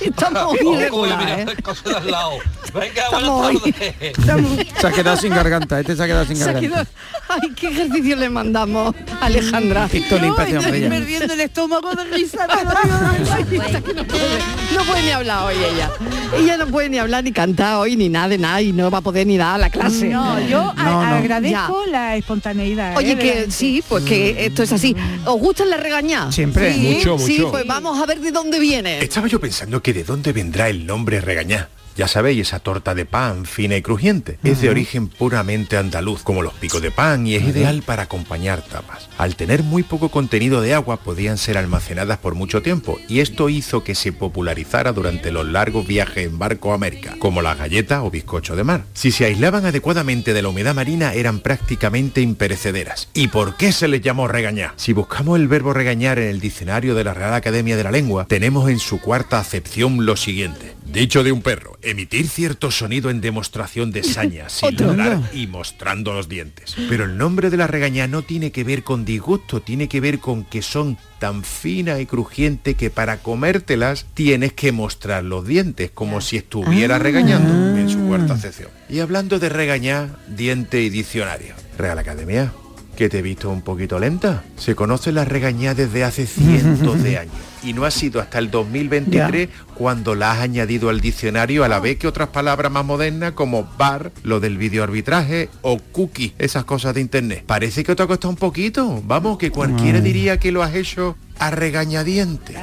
S9: Estamos
S6: muy regular, ¿eh?
S7: Tá
S9: Venga,
S3: Estamos
S9: buenas
S3: hoy.
S9: tardes.
S3: Estamos-
S6: Se ha quedado sin garganta, este se ha quedado sin
S3: Se ha
S6: garganta.
S3: quedado- Ay, qué ejercicio le mandamos, Alejandra.
S6: Esto le impacta, hombre, ya.
S3: el estómago de risa. te lo digo de verdad. Está que no, puede, no puede ni hablar hoy ella. Ella no puede ni hablar ni cantar hoy ni nada de nada y no va a poder ni dar a la clase.
S4: No, yo a- agradezco
S3: Ya.
S4: la espontaneidad.
S3: Oye,
S4: ¿eh?
S3: que sí, pues que esto es así. ¿Os gustan las regañadas?
S12: Siempre.
S3: Sí,
S12: Mucho,
S3: Sí,
S12: mucho. Eh.
S3: pues vamos a ver de dónde viene.
S12: Estaba yo pensando que de dónde vendrá el nombre regañá. Ya sabéis, esa torta de pan fina y crujiente. Es de origen puramente andaluz, como los picos de pan, y es ideal para acompañar tapas. Al tener muy poco contenido de agua, podían ser almacenadas por mucho tiempo, y esto hizo que se popularizara durante los largos viajes en barco a América, como las galletas o bizcocho de mar. Si se aislaban adecuadamente de la humedad marina, eran prácticamente imperecederas. ¿Y por qué se les llamó regañar? Si buscamos el verbo regañar en el diccionario de la Real Academia de la Lengua, tenemos en su cuarta acepción lo siguiente. Dicho de un perro, emitir cierto sonido en demostración de saña, sin
S10: Otro.
S12: ladrar y mostrando los dientes. Pero el nombre de la regaña no tiene que ver con disgusto, tiene que ver con que son tan finas y crujientes que para comértelas tienes que mostrar los dientes, como si
S7: Ah.
S5: Ah.
S12: estuviera regañando en su cuarta acepción. Y hablando de regañar, diente y diccionario. Real Academia, que te he visto un poquito lenta. Se conoce la regañá desde hace cientos de años. Y no ha sido hasta el 2023 cuando la has añadido al diccionario a la vez que otras palabras más modernas como bar, lo del videoarbitraje o cookie, esas cosas de internet. Parece que te ha costado un poquito. Vamos, que cualquiera diría que lo has hecho a regañadientes.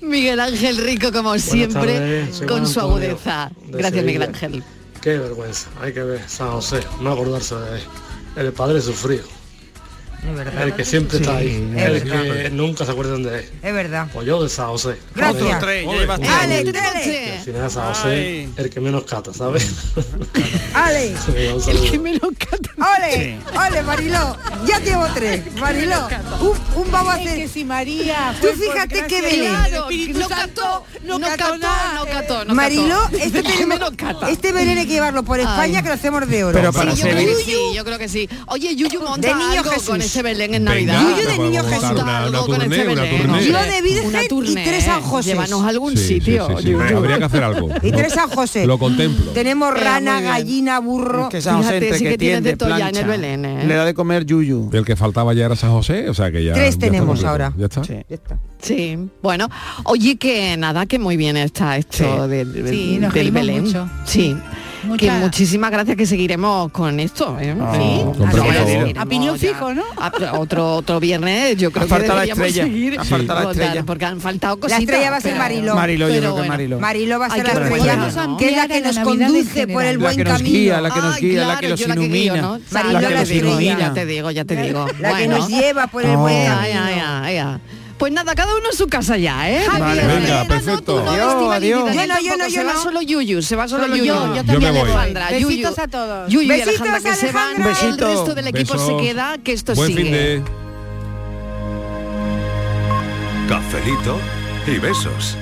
S3: Miguel Ángel Rico, como siempre,
S13: tardes, soy
S3: con
S13: Juan
S3: su
S13: Antonio,
S3: agudeza.
S13: de
S3: Gracias, Miguel
S13: Sevilla.
S3: Ángel.
S13: Qué vergüenza, hay que ver San José, no acordarse de él. El padre sufrido, el que siempre está ahí,
S7: es
S13: el
S7: verdad.
S13: que nunca se acuerdan de él.
S7: Es verdad.
S13: Pues yo de San José.
S7: Gracias.
S13: Joder,
S7: Otro tres, ya
S13: joder,
S7: llevas
S13: joder.
S7: tres. Ale,
S13: Que Al final San José, el que menos cata, ¿sabes?
S7: ¡Ale!
S13: Venga, un saludo.
S7: ¡Ole! ¡Ole, Mariló! Ya llevo tres. Mariló. Un, un babo hace... María. Tú fíjate que Belén.
S3: Claro, no cató, no cató, no cató, no
S7: Mariló,
S3: cató.
S7: este, tenemos- este Belén hay que llevarlo por España que lo hacemos de oro.
S3: Pero sí, yo creo que sí, yo creo que sí. Oye, Yuyu monta
S7: De niño
S3: algo
S7: Jesús.
S3: con ese Belén en
S7: Venga,
S3: Navidad.
S7: Yuyu de niño Jesús.
S15: Una, una
S3: con
S15: turné,
S3: este
S15: una
S3: Belén.
S15: turné.
S7: Yo de
S3: Una
S7: Virgen
S3: turné,
S7: y tres San José.
S3: Llévanos a algún
S15: Sí, sí,
S3: sitio.
S15: sí, sí.
S3: Yuyu.
S15: Habría que hacer algo.
S7: Y tres San José.
S15: Lo contemplo.
S7: Tenemos
S3: Eh,
S7: rana,
S3: muy bien.
S7: gallina, burro.
S6: Que San José entre
S3: sí
S6: que,
S3: que tienes
S6: tiende,
S3: de todo ya en el
S6: plancha.
S3: Belén, ¿eh?
S6: Le da de comer yuyu.
S15: El que faltaba ya era San José, o sea que ya.
S3: Tres
S15: ya
S3: tenemos
S15: estamos
S3: ahora.
S15: bien. Ya está.
S3: Sí, bueno, oye que nada, que muy bien está esto del, del-
S12: Sí, nos
S3: del
S12: reímos
S3: Belén.
S12: mucho.
S3: Sí,
S12: Mucha-
S3: que muchísimas gracias que seguiremos con esto. ¿eh?
S6: Ah,
S15: con
S3: Así que
S15: permiso.
S3: seguiremos
S12: Opinión
S3: ya.
S12: fijo, ¿no?
S3: A- Otro, otro viernes yo creo
S6: Ha faltado
S3: que
S6: la
S3: deberíamos
S6: estrella,
S3: seguir
S6: ha faltado la
S3: con
S6: estrella.
S3: tal, porque han faltado
S7: La
S3: cositas.
S7: estrella va a ser
S3: pero-
S7: Mariló.
S6: Mariló, yo
S3: pero
S6: creo que
S3: bueno.
S6: Mariló.
S7: Mariló va a
S3: Hay
S7: ser
S3: que
S7: la
S3: recordar las
S7: estrella
S3: cosas
S7: que es la
S3: mías
S7: que
S3: de la
S7: nos
S3: Navidad en
S7: conduce por el
S3: general.
S7: buen
S6: la que nos
S7: camino.
S6: guía, la que nos
S3: Ay,
S6: guía, la que
S3: claro,
S6: los
S3: yo la que guío,
S6: ilumina.
S3: ¿no?
S6: La
S3: Mariló
S6: que
S3: la
S6: nos
S3: estrella.
S6: ilumina.
S3: Ya te digo, ya te digo.
S7: La que
S3: Bueno.
S7: nos lleva por el buen
S3: Ay,
S7: camino.
S3: ay, ay, ay. Pues nada, cada uno en su casa ya, ¿eh?
S15: Vale, venga, perfecto.
S3: Yo no, yo no, yo no. solo Yuyu, se va solo, Yuyu.
S15: Yo también, me voy.
S3: Alejandra, Yuyu.
S12: Besitos a todos.
S3: Yuyu y
S12: Besitos,
S3: Alejandra que se van.
S12: Alejandra.
S3: El resto del equipo
S20: Besos.
S3: se queda, que esto
S20: Buen
S3: sigue.
S20: fin de... Cafelito y besos.